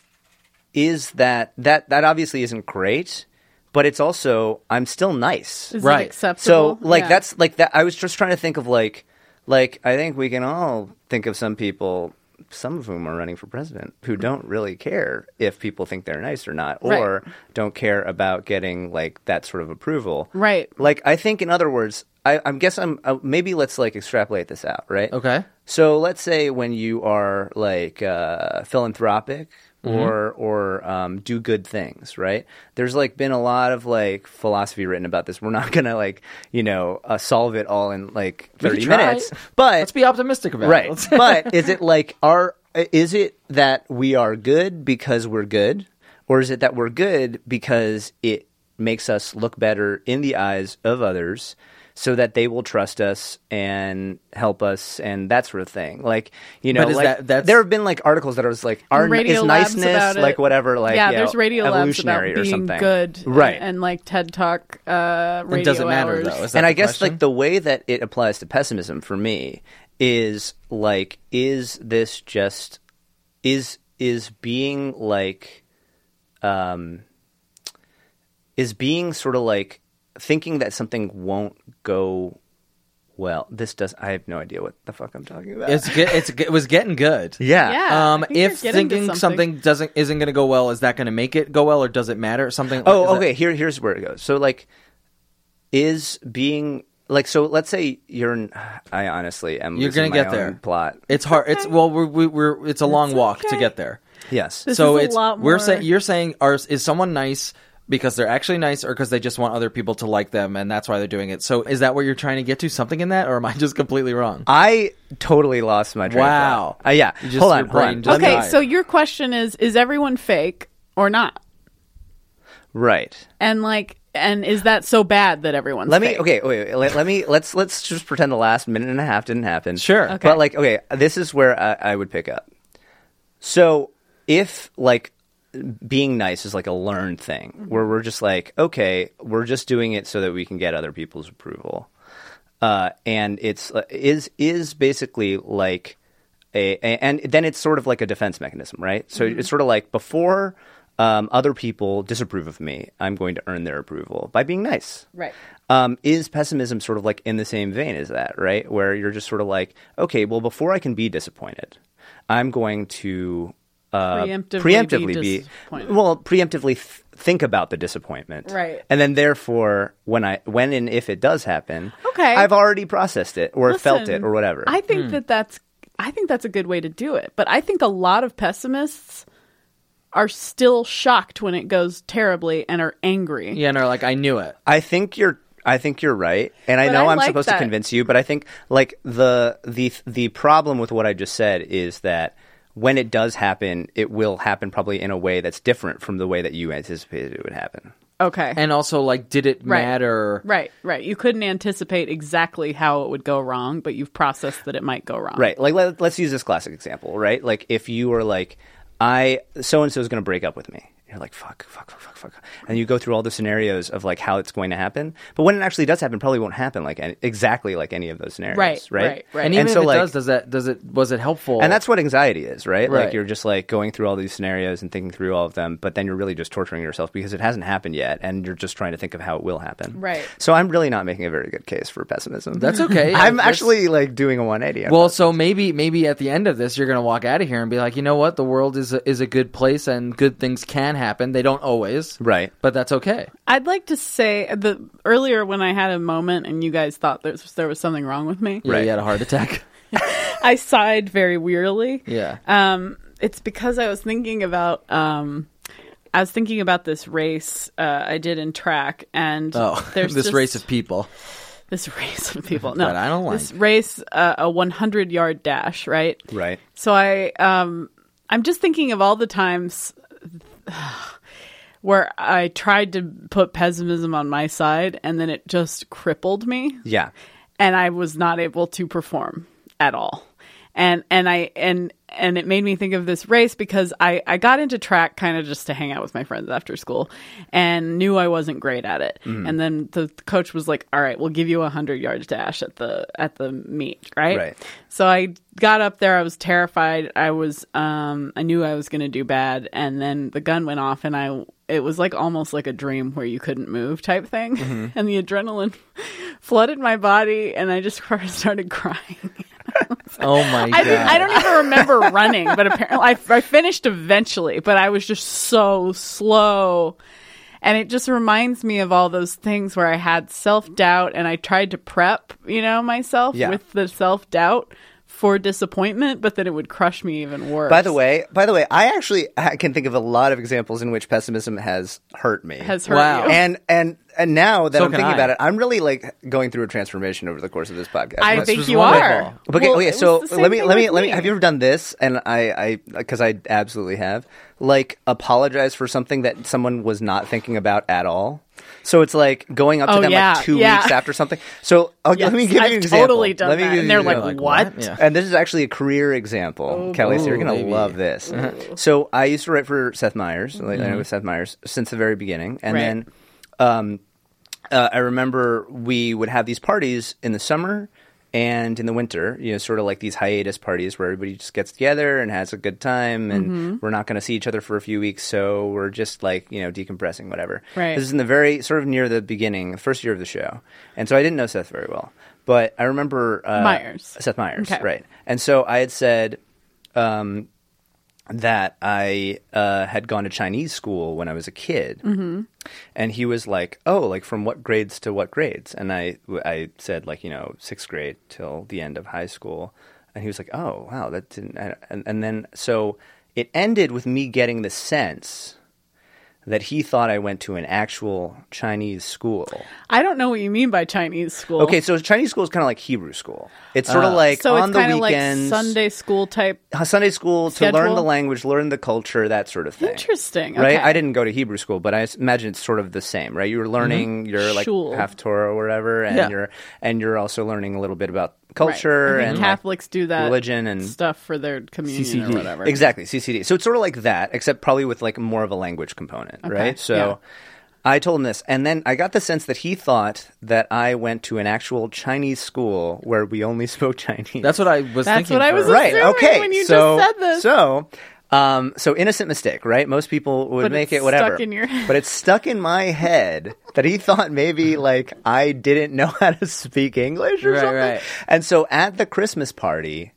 E: is that that that obviously isn't great, but it's also I'm still nice.
C: Is
B: Right.
C: it acceptable?
E: So like
C: Yeah.
E: that's like that. I was just trying to think of like like I think we can all think of some people, some of whom are running for president, who don't really care if people think they're nice or not, or don't care about getting like that sort of approval.
C: Right.
E: Like I think, in other words, I, I guess I'm uh, maybe let's like extrapolate this out, right?
B: Okay.
E: So let's say when you are like uh, philanthropic
B: Mm-hmm.
E: or or um, do good things, right? There's like been a lot of like philosophy written about this. We're not gonna like you know uh, solve it all in like
B: We can
E: thirty
B: try.
E: minutes, but
B: Let's be optimistic about it.
E: right.
B: Let's-
E: but is it like are is it that we are good because we're good, or is it that we're good because it makes us look better in the eyes of others? So that they will trust us and help us and that sort of thing. Like you know,
B: But is
E: like
B: that- that's-
E: there have been like articles that are just like, are
C: Radio
E: is
C: labs
E: niceness
C: about it.
E: like whatever like
C: yeah,
E: you
C: there's
E: know,
C: radio labs about
E: evolutionary
C: being
E: or something
C: good,
E: right?
C: And, and, like TED Talk, uh, radio
B: it doesn't matter
C: hours.
B: though. Is that
E: and
B: the
E: I guess
B: question?
E: like the way that it applies to pessimism for me is like is this just is is being like um is being sort of like thinking that something won't go well, this does. I have no idea what the fuck I'm talking about.
B: It's get, it's it was getting good.
E: yeah.
C: Yeah.
B: Um,
C: I think
B: if
C: you're getting to
B: thinking something.
C: something.
B: doesn't isn't going to go well, is that going to make it go well, or does it matter? Something. is
E: Oh,
B: that-
E: okay. Here, here's where it goes. So, like, is being like so? Let's say you're. An, I honestly am.
B: You're
E: losing
B: gonna get
E: my
B: there.
E: own Plot.
B: it's hard. It's well, we're, we- we're it's a long walk to
C: okay.
B: get there.
E: Yes.
C: This
B: so
C: is a
B: it's
C: lot
B: we're
C: more-
B: saying you're saying are is someone nice because they're actually nice or because they just want other people to like them and that's why they're doing it. So is that what you're trying to get to? Something in that, or am I just completely wrong?
E: I totally lost my train. of thought.
B: Wow.
E: Uh, yeah.
B: You just-
E: hold
B: your
E: on. Hold
B: brain
E: on.
B: just-
E: Let me-
C: Okay,
B: died.
C: so your question is: Is everyone fake or not?
E: Right.
C: And like, and is that so bad that everyone's?
E: Let me
C: fake?
E: okay. Wait, wait, let, let me let's let's just pretend the last minute and a half didn't happen.
B: Sure. Okay.
E: but like okay, this is where I, I would pick up. So if like being nice is like a learned thing, where we're just like okay, we're just doing it so that we can get other people's approval, uh, and it's uh, is is basically like a, a- and then it's sort of like a defense mechanism, right? So it's sort of like before. Um, other people disapprove of me. I'm going to earn their approval by being nice
C: Right.
E: um, is pessimism sort of like in the same vein as that, right? Where you're just sort of like, okay, well, before I can be disappointed, I'm going to uh,
C: Preemptively
E: preemptively
C: be
E: be,
C: disappointed.
E: well, preemptively th- think about the disappointment,
C: Right.
E: And then, therefore, when I when and if it does happen,
C: Okay.
E: I've already processed it or felt it
C: Listen,
E: or whatever.
C: I
B: Hmm.
C: think that that's I think that's a good way to do it. But I think a lot of pessimists are still shocked when it goes terribly and are angry.
B: Yeah, no, like I knew it.
E: I think you're I think you're right, and I
C: But
E: know
C: I
E: am
C: like
E: supposed
C: that.
E: to convince you, but I think like the the the problem with what I just said is that when it does happen, it will happen probably in a way that's different from the way that you anticipated it would happen.
C: Okay.
B: And also, like, did it
C: Right.
B: matter?
C: right, right. You couldn't anticipate exactly how it would go wrong, but you've processed that it might go wrong.
E: Right. Like let, let's use this classic example, right? Like if you were like I so and so is going to break up with me. You're like fuck, fuck, fuck, fuck, fuck. And you go through all the scenarios of like how it's going to happen. But when it actually does happen, it probably won't happen like any, exactly like any of those scenarios,
C: Right,
E: right?
C: right, right.
B: And even
E: so
B: if it
E: like
B: does, does that does it was it helpful?
E: And that's what anxiety is, right?
B: Right.
E: Like you're just like going through all these scenarios and thinking through all of them, but then you're really just torturing yourself because it hasn't happened yet and you're just trying to think of how it will happen.
C: Right.
E: So I'm really not making a very good case for pessimism.
B: that's okay.
E: I'm
B: That's-
E: actually like doing a 180.
B: Well, so maybe maybe at the end of this, you're gonna walk out of here and be like, you know what, the world is a, is a good place and good things can happen. They don't always,
E: Right.
B: But that's okay.
C: I'd like to say the earlier when I had a moment and you guys thought there was, there was something wrong with me,
B: Yeah,
E: Right.
B: you had a heart attack.
C: I sighed very wearily.
B: yeah,
C: Um, it's because I was thinking about um, I was thinking about this race uh, I did in track, and
B: Oh,
C: there's
B: this
C: just-
B: race of people.
C: this race of people. No,
B: That I don't
C: This race uh, a 100 yard dash, right?
E: right.
C: So I um, I'm just thinking of all the times where I tried to put pessimism on my side, and then it just crippled me
E: Yeah.
C: and I was not able to perform at all. And and I and and it made me think of this race because I I got into track kind of just to hang out with my friends after school and knew I wasn't great at it. And then the coach was like, "All right, we'll give you a 100-yard dash at the at the meet, right?"
E: Right.
C: So I got up there, I was terrified. I was um I knew I was going to do bad and then the gun went off and I it was like almost like a dream where you couldn't move type thing and the adrenaline flooded my body and I just started crying.
B: Oh my
C: I
B: god!
C: mean, I don't even remember running, but apparently I, I finished eventually, but I was just so slow. And it just reminds me of all those things where I had self doubt and I tried to prep, you know, myself
E: Yeah.
C: with the self doubt for disappointment, but then it would crush me even worse.
E: By the way, by the way, I actually I can think of a lot of examples in which pessimism has hurt me.
C: has hurt
B: Wow.
C: you.
E: and and and now that
B: So
E: I'm
B: can
E: thinking
B: I.
E: about it, I'm really like going through a transformation over the course of this podcast.
C: I
E: Let's
C: think
B: was
C: you
B: wonderful.
C: are.
E: Okay,
C: Well,
E: okay.
C: it was
E: So
C: the same
E: let me,
C: thing
E: let me,
C: with
E: let me. Have you ever done this? And I, I, because I absolutely have. Like, apologize for something that someone was not thinking about at all. So it's like going up to
C: Oh,
E: them
C: yeah,
E: like two
C: yeah.
E: weeks after something. So okay,
C: Yes,
E: let me give
C: I've
E: you an example.
C: totally done
E: let me
C: that.
E: give
C: And
E: you
C: they're
E: an
C: like,
E: example.
C: "What?" Oh,
B: Yeah.
E: And this is actually a career example, Kelly. So you're
B: Ooh,
E: gonna
B: baby.
E: love this.
C: Uh-huh.
E: So I used to write for Seth Meyers, like I know Seth Meyers since the very beginning, and
C: Mm-hmm. Right.
E: then um, uh, I remember we would have these parties in the summer and in the winter, you know, sort of like these hiatus parties where everybody just gets together and has a good time, and
C: Mm-hmm.
E: we're not going to see each other for a few weeks, so we're just like you know decompressing, whatever.
C: Right.
E: This is in the very sort of near the beginning, the first year of the show, and so I didn't know Seth very well, but I remember uh,
C: Myers.
E: Seth Myers,
C: Okay.
E: right? And so I had said um, that I uh, had gone to Chinese school when I was a kid, mm-hmm. and he was like, "Oh, like from what grades to what grades?" And I, I said like you know sixth grade till the end of high school, and he was like, "Oh, wow, that didn't." I- And, and then so it ended with me getting the sense that he thought I went to an actual Chinese school.
C: I don't know what you mean by Chinese school.
E: Okay, so Chinese school is kind of like Hebrew school. It's sort of like
C: Ah. so
E: on
C: it's
E: the
C: kind of like
E: weekends,
C: Sunday school type.
E: Sunday school to learn
C: Schedule?
E: the language, learn the culture, that sort of thing.
C: Interesting.
E: Right?
C: Okay.
E: I didn't go to Hebrew school, but I s- imagine it's sort of the same, right? You were learning your like
C: Mm-hmm. Shul.
E: half Torah or whatever, and
B: Yeah.
E: you're and you're also learning a little bit about
C: Right.
E: culture
C: I think
E: and like,
C: Catholics do that
E: religion and
C: stuff for their communion
B: CCD.
C: or whatever.
E: Exactly, CCD. So it's sort of like that, except probably with like more of a language component, right? So
C: yeah.
E: I told him this, and then I got the sense that he thought that I went to an actual Chinese school where we only spoke Chinese.
B: That's what I was
C: That's
B: thinking.
C: what I
B: for-
C: was
E: right.
C: assuming
E: Okay.
C: when you
E: so
C: just said this.
E: so. Um, so innocent mistake, right? Most people would
C: But
E: make
C: it's
E: it whatever.
C: stuck in your head.
E: But it's stuck in my head that he thought maybe like I didn't know how to speak English or
B: Right,
E: something.
B: right.
E: And so at the Christmas party,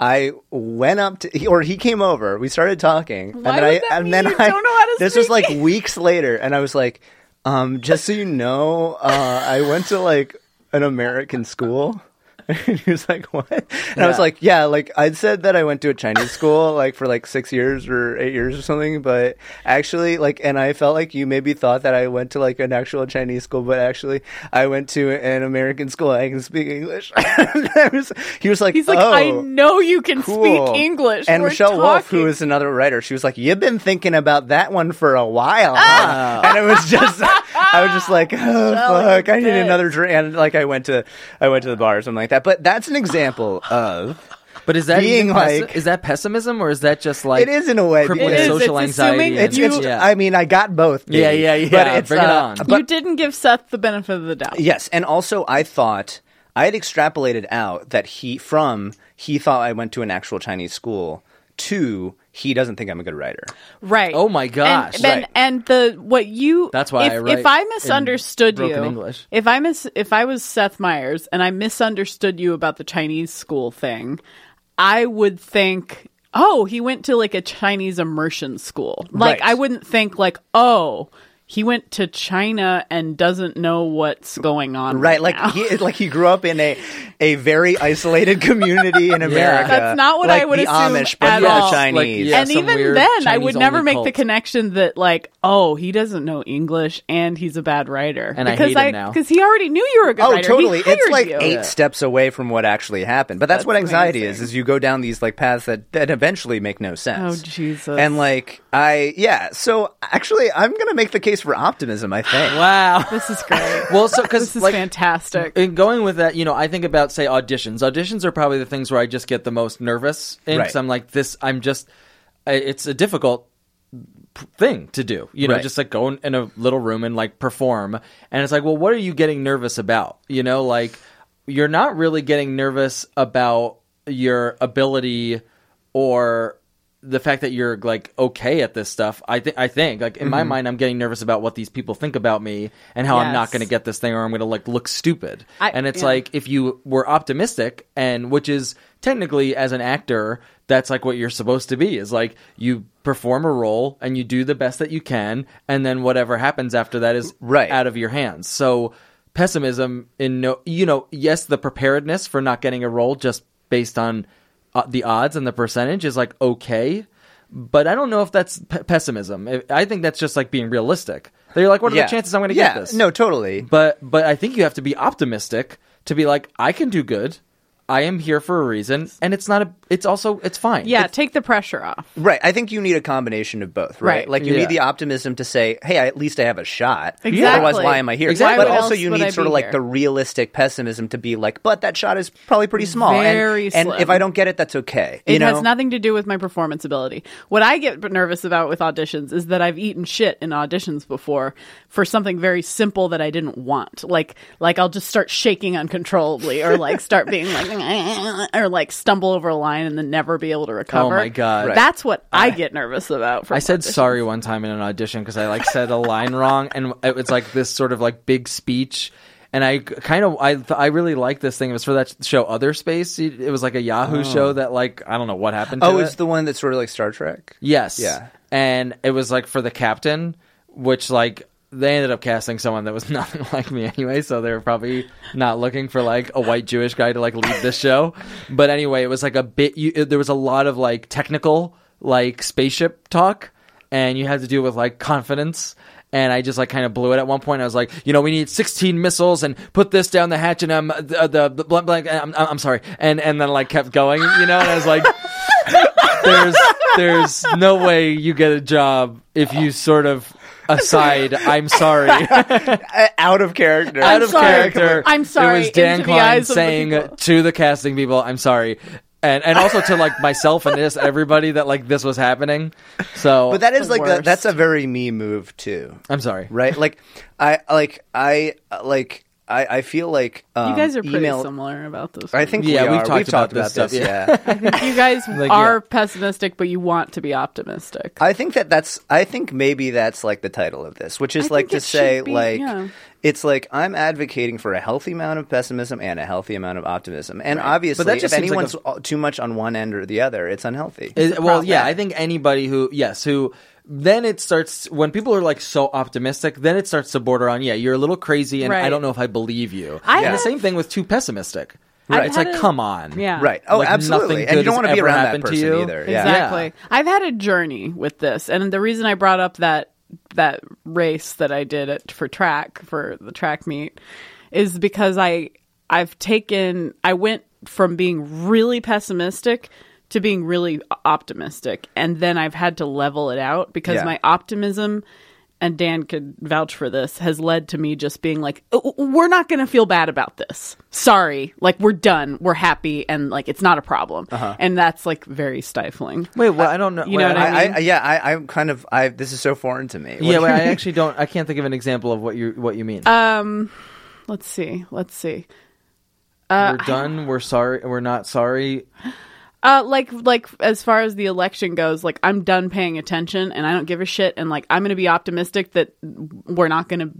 E: I went up to, he- or he came over. We started talking, and
C: Why
E: then
C: would
E: I,
C: that
E: and
C: mean
E: then
C: you
E: I,
C: don't know how to
E: this was
C: speak
E: like weeks later, and I was like, um, just so you know, uh, I went to like an American school. And he was like, "What?" And I was
B: Yeah.
E: like, "Yeah, like I said that I went to a Chinese school like for like six years or eight years or something, but actually, like, and I felt like you maybe thought that I went to like an actual Chinese school, but actually, I went to an American school. I can speak English." And I was- he was like,
C: He's like,
E: "Oh,
C: I know you can
E: cool."
C: speak English.
E: And
C: We're
E: Michelle Wolf, who
C: talking."
E: is another writer, she was like, "You've been thinking about that one for a while,"
C: Ah.
E: huh?" and it was just, I was just like, "Oh fuck, I need
C: dead.
E: another drink." And like, I went to, I went to the bar or something like that. But that's an example of
B: But is that
E: being
B: even pessi-
E: like-
B: is that pessimism or is that just like
E: it is in a way.
B: crippling
C: It is,
E: because
B: social
C: it's
B: anxiety?
C: assuming
B: and-
E: It's, it's,
B: yeah.
E: I mean, I got both.
B: Yeah,
E: maybe,
B: yeah, yeah.
E: But it's,
B: Bring it
E: uh,
B: on.
E: but-
C: you didn't give Seth the benefit of the doubt.
E: Yes, and also I thought I had extrapolated out that he from he thought I went to an actual Chinese school to he doesn't think I'm a good writer.
C: Right.
B: Oh my gosh.
C: And, and,
E: Right.
C: and the what you
B: That's why
C: if
B: I write
C: if I misunderstood
B: in
C: you
B: broken English.
C: if I mis if I was Seth Meyers and I misunderstood you about the Chinese school thing, I would think oh he went to like a Chinese immersion school. Like
E: Right.
C: I wouldn't think like oh he went to China and doesn't know what's going on. Right,
E: Right, like
C: now.
E: he like he grew up in a a very isolated community in America.
C: That's not what I
E: like
C: would
E: the
C: assume
E: Amish, but
C: at
E: not
C: all.
E: Chinese.
B: Like, yeah.
C: and
B: some
C: even
B: weird
C: then, I would
B: Chinese-only
C: never make the
B: cult.
C: connection that like, oh, he doesn't know English and he's a bad writer.
B: And I
C: because
B: hate him now.
C: because he already knew you were a good
E: Oh,
C: writer. He
E: totally. It's
C: hired
E: like
C: you.
E: eight steps away from what actually happened. But that's, what anxiety is:
C: amazing.
E: is you go down these like paths that that eventually make no
C: Oh
E: sense.
C: Jesus!
E: And like I, yeah. So actually, I'm gonna make the case for optimism. I think.
B: wow.
C: this is great.
B: Well, so because
C: this is
B: like
C: fantastic.
B: in going with that, you know, I think about say auditions. Auditions are probably the things where I just get the most nervous in 'cause
E: Right.
B: I'm like this. I'm just I- it's a difficult p- thing to do. You know,
E: Right.
B: just like go in, in a little room and like perform. And it's like, well, what are you getting nervous about? You know, like you're not really getting nervous about your ability or the fact that you're like okay at this stuff. I think I think like in my
E: Mm-hmm.
B: mind I'm getting nervous about what these people think about me and how I'm not
C: Yes.
B: going to get this thing or I'm going to like look stupid.
C: I-
B: and it's
C: yeah.
B: like if you were optimistic and which is technically as an actor that's like what you're supposed to be is like you perform a role and you do the best that you can and then whatever happens after that is
E: Right.
B: out of your hands. So pessimism in no you know yes the preparedness for not getting a role just based on uh, the odds and the percentage is like okay but I don't know if that's p- pessimism. I- I think that's just like being realistic. They're like, what are
E: yeah.
B: the chances I'm going to
E: yeah.
B: get this?
E: No, totally.
B: but but I think you have to be optimistic to be like, I can do good. I am here for a reason, and it's not a. It's also it's fine.
C: Yeah,
B: It's-
C: take the pressure off.
E: Right. I think you need a combination of both, right?
C: Right.
E: Like you
B: Yeah.
E: need the optimism to say, "Hey, I, at least I have a shot."
C: Exactly.
E: Otherwise, why am I here?
B: Exactly.
E: But
B: Why
E: also,
C: else
E: you
C: would I
E: need sort
C: be
E: of like
C: here?
E: the realistic pessimism to be like, "But that shot is probably pretty small, and-
C: Very
E: and,
C: slim.
E: if I don't get it, that's okay."
C: It
E: you know?
C: has nothing to do with my performance ability. What I get nervous about with auditions is that I've eaten shit in auditions before for something very simple that I didn't want. Like like I'll just start shaking uncontrollably or like start being like or like stumble over a line and then never be
E: Oh
C: able to recover.
B: my God. Right.
C: That's what I get nervous about. From
B: I said
C: auditions.
B: sorry one time in an audition because I like said a line wrong, and it was like this sort of like big speech. And I kind of I I really like this thing. It was for that show Other Space. It it was like a Yahoo show that like I don't know what happened. to
E: Oh,
B: it.
E: it's the one that's sort of like Star Trek.
B: Yes.
E: Yeah.
B: And it was like for the captain, which like they ended up casting someone that was nothing like me anyway, so they were probably not looking for like a white Jewish guy to like lead this show. But anyway, it was like a bit. You, it- there was a lot of like technical like spaceship talk, and you had to do with like confidence. And I just like kind of blew it at one point. I was like, you know, we need 16 missiles and put this down the hatch and um the the, the blank blank. I'm, I'm I'm sorry, and and then like kept going, you know. And I was like, there's there's no way you get a job if you sort of aside I'm sorry out
E: Uh, out of character.
B: of
C: sorry.
B: character.
C: I'm sorry,
B: It was Dan
C: into the
B: Klein
C: eyes of the
B: saying
C: people.
B: to the casting people, I'm sorry. And and also to like myself and this everybody that like this was happening. So
E: But that is like a,
C: worst.
E: that's a very me move too,
B: I'm sorry.
E: right? Like I like I like I, I feel like um,
C: You guys are pretty
E: email-
C: similar about this.
E: I think
B: Yeah,
E: we
B: we've
E: are.
B: talked about this stuff,
E: yeah.
C: you guys
B: Like,
C: are
B: yeah.
C: pessimistic, but you want to be optimistic.
E: I think that that's. I think maybe that's like the title of this, which is
C: I
E: like
C: think
E: to
C: it
E: say
C: should be,
E: like
C: yeah.
E: it's like I'm advocating for a healthy amount of pessimism and a healthy amount of optimism, and obviously,
B: But that just
E: if
B: seems like
E: anyone's all- too much on one end or the other, it's unhealthy.
B: It- well, yeah, I think anybody who yes, who then it starts when people are like so optimistic, then it starts to border on yeah, you're a little crazy, and I
C: Right.
B: don't know if I believe you.
C: I
B: and
C: have-
B: the same thing with too pessimistic.
C: I've
B: It's
C: had
B: like
C: a-
B: come on,
C: Yeah.
E: right. Oh,
B: Like, nothing
E: absolutely, and you
B: good
E: don't
B: has
E: want to be
B: ever
E: around that
B: happened to
E: person
B: you.
E: either. Yeah.
C: Exactly. I've had a journey with this, and the reason I brought up that that race that I did at, for track for the track meet is because I I've taken I went from being really pessimistic to being really optimistic, and then I've had to level it out because
E: Yeah.
C: my optimism. And Dan could vouch for this has led to me just being like, "Oh, we're not going to feel bad about this. Sorry, like we're done, we're happy, and like it's not a problem. And that's like very stifling.
B: Wait, well, I don't know.
C: You know
B: wait,
C: what I mean?
E: I, I, yeah, I, I'm kind of. I this is so foreign to me.
B: yeah, wait, I actually don't. I can't think of an example of what you what you mean.
C: Uh, Let's see. Let's see.
B: we're done. We're sorry. We're not sorry.
C: Uh, like, like as far as the election goes, like I'm done paying attention, and I don't give a shit, and like I'm gonna be optimistic that we're not gonna,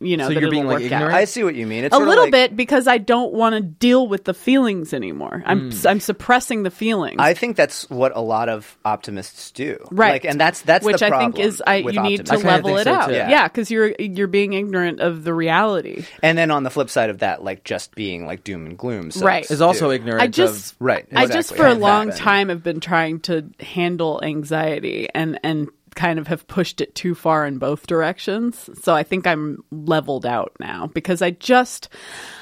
C: you know,
B: So
C: that
B: you're
C: it'll
B: being, like,
C: work
B: ignorant?
C: out.
E: I see what you mean. It's
C: A
E: sort of
C: little
E: like-
C: bit because I don't want to deal with the feelings anymore. I'm I'm suppressing the feelings.
E: Hmm. I think that's what a lot of optimists do.
C: right
E: Like, and that's that's
C: which
E: the
C: i think
E: problem
C: is i
E: with
C: you need to
E: optimism.
B: I kinda
C: level
B: think
C: it
B: so,
C: out
B: too.
E: Yeah.
C: yeah because you're you're being ignorant of the reality
E: And then on the flip side of that, like just being like doom and gloom, sucks,
C: Right.
B: Is also
E: too.
B: ignorant.
C: I just
B: Of,
E: Right,
C: I just
E: exactly.
C: for a
E: That
C: long
E: happened.
C: time have been trying to handle anxiety and and kind of have pushed it too far in both directions. So I think I'm leveled out now because I just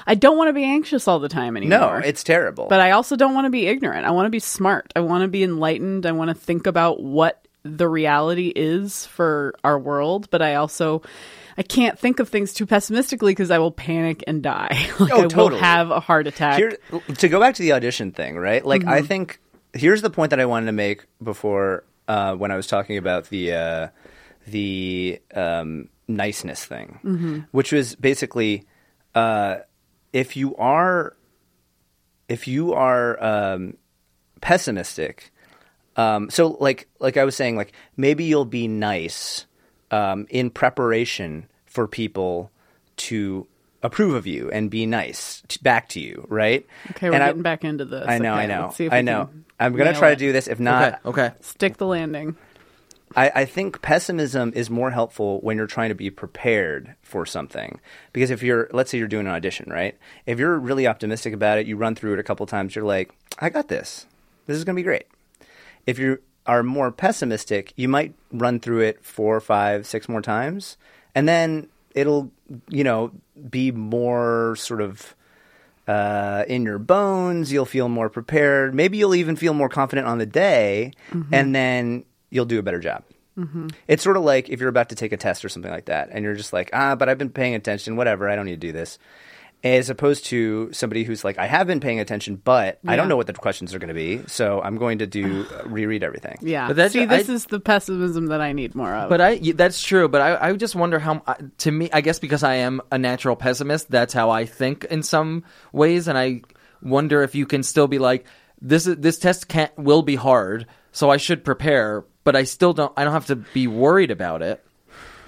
C: I don't want to be anxious all the time anymore.
E: No, it's terrible.
C: but I also don't want to be ignorant. I want to be smart. I want to be enlightened. I want to think about what the reality is for our world, but I also I can't think of things too pessimistically because I will panic and die. like
E: Oh,
C: I will
E: totally.
C: have a heart attack.
E: Here, to go back to the audition thing, right? Like, I think here's the point that I wanted to make before uh, when I was talking about the uh, the um, niceness thing, which was basically uh, if you are if you are um, pessimistic, um, so like like I was saying, like maybe you'll be nice um, in preparation for people to approve of you and be nice t- back to you, right?
C: Okay, we're
E: And I-
C: getting back into this.
E: I know,
C: Okay,
E: I know,
C: let's see if
E: I
C: we
E: know.
C: can
E: I'm gonna
C: nail
E: try
C: it.
E: to do this. If
B: okay.
E: not,
B: Okay.
C: Stick the landing.
E: I, I think pessimism is more helpful when you're trying to be prepared for something. Because if you're, let's say you're doing an audition, right? If you're really optimistic about it, you run through it a couple times, you're like, I got this. This is going to be great. If you are more pessimistic, you might run through it four, five, six more times. And then it'll, you know, be more sort of uh, in your bones. You'll feel more prepared. Maybe you'll even feel more confident on the day,
C: Mm-hmm.
E: and then you'll do a better job. It's sort of like if you're about to take a test or something like that, and you're just like, ah, but I've been paying attention. Whatever, I don't need to do this. As opposed to somebody who's like, I have been paying attention, but I
C: Yeah.
E: don't know what the questions are going to be, so I'm going to do uh, reread everything.
C: Yeah.
B: But that's-
C: See, this
B: I-
C: is the pessimism that I need more of.
B: But I y- that's true. But I I just wonder how I- to me I guess because I am a natural pessimist, that's how I think in some ways, and I wonder if you can still be like this is this test can not will be hard, so I should prepare, but I still don't I don't have to be worried about it.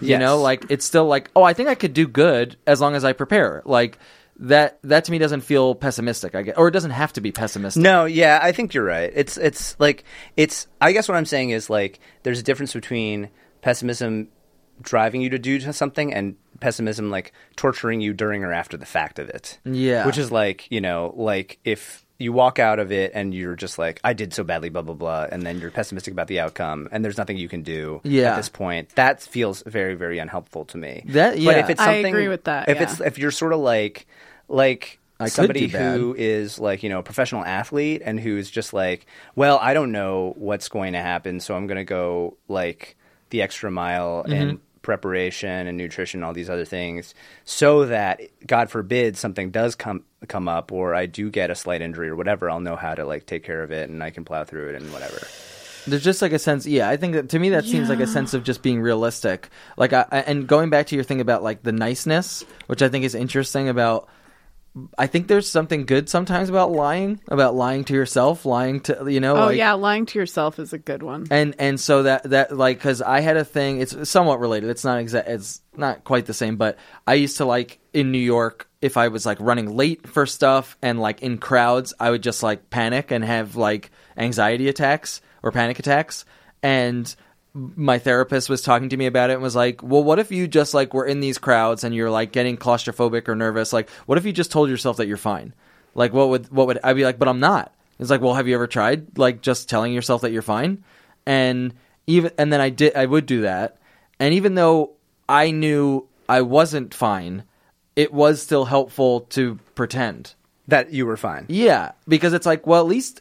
B: You
E: Yes.
B: know, like it's still like oh I think I could do good as long as I prepare. Like that that to me doesn't feel pessimistic. I guess or it doesn't have to be pessimistic.
E: No, yeah, I think you're right. It's it's like it's I guess what I'm saying is like there's a difference between pessimism driving you to do something and pessimism like torturing you during or after the fact of it.
B: Yeah.
E: Which is like, you know, like if you walk out of it and you're just like I did so badly blah blah blah and then you're pessimistic about the outcome and there's nothing you can do
B: Yeah.
E: at this point. That feels very very unhelpful to me.
B: That-
E: But
B: yeah.
E: if it's
C: I
E: something
C: agree with that,
E: If
C: yeah.
E: it's if you're sort of like like
B: I could
E: somebody
B: do bad.
E: who is like you know a professional athlete and who's just like well i don't know what's going to happen so i'm going to go like the extra mile
B: Mm-hmm.
E: in preparation and nutrition and all these other things so that god forbid something does come come up or i do get a slight injury or whatever i'll know how to like take care of it and i can plow through it and whatever
B: There's just like a sense, yeah. I think that to me that seems like a sense of just being realistic. Like, I, I- and going back to your thing about like the niceness, which I think is interesting about. I think there's something good sometimes about lying, about lying to yourself, lying to you know.
C: oh,
B: like,
C: yeah. Lying to yourself is a good one.
B: and and so that that like because I had a thing. It's somewhat related. It's not exact. It's not quite the same. But I used to like in New York if I was like running late for stuff and like in crowds, I would just like panic and have like anxiety attacks or panic attacks. And my therapist was talking to me about it and was like, "Well, what if you just like were in these crowds and you're like getting claustrophobic or nervous? Like, what if you just told yourself that you're fine? Like, what would what would I'd be like? But I'm not. It's like, well, have you ever tried like just telling yourself that you're fine? And even and then I did I would do that. And even though I knew I wasn't fine, it was still helpful to pretend.
E: that you were fine
B: Yeah, because it's like, well, at least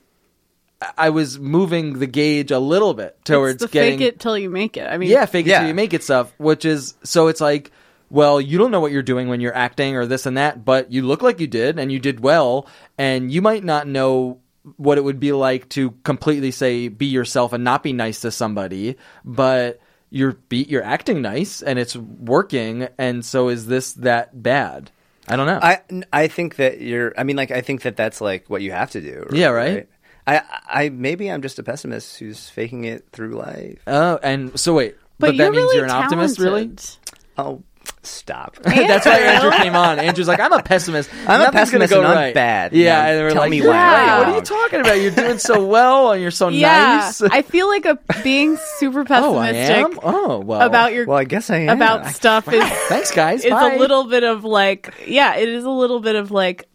B: I- I was moving the gauge a little bit towards
C: it's the
B: getting
C: fake it till you make it. I mean,
B: yeah, fake it till
E: Yeah.
B: you make it stuff, which is so it's like, well, you don't know what you're doing when you're acting or this and that, but you look like you did and you did well, and you might not know what it would be like to completely say be yourself and not be nice to somebody, but you're be, you're acting nice and it's working, and so is this that bad? I don't know.
E: I n- I think that you're. I mean, like I think that that's like what you have to do.
B: Yeah, right?
E: I I maybe I'm just a pessimist who's faking it through life.
B: oh, and so wait, but, that
C: you're
B: means
C: really
B: you're an optimist, really?
C: talented.
E: Oh, stop.
B: That's why Andrew came on. Andrew's like, I'm a pessimist.
E: I'm a
B: Nothing's
E: pessimist
B: gonna go
E: and I'm
B: right.
E: bad.
B: Yeah,
E: Now
B: and they were
E: tell
B: like,
E: me
B: "You're
E: why
C: I'm
B: right. What are you
E: wrong."
B: talking about? You're doing so well, and you're so
C: Yeah,
B: nice.
C: I feel like a being super
B: oh, I
C: pessimistic
B: am. Oh, well.
C: about your
E: well, I guess I am.
C: about stuff is
B: Thanks, guys.
C: is
B: Bye.
C: a little bit of like yeah it is a little bit of like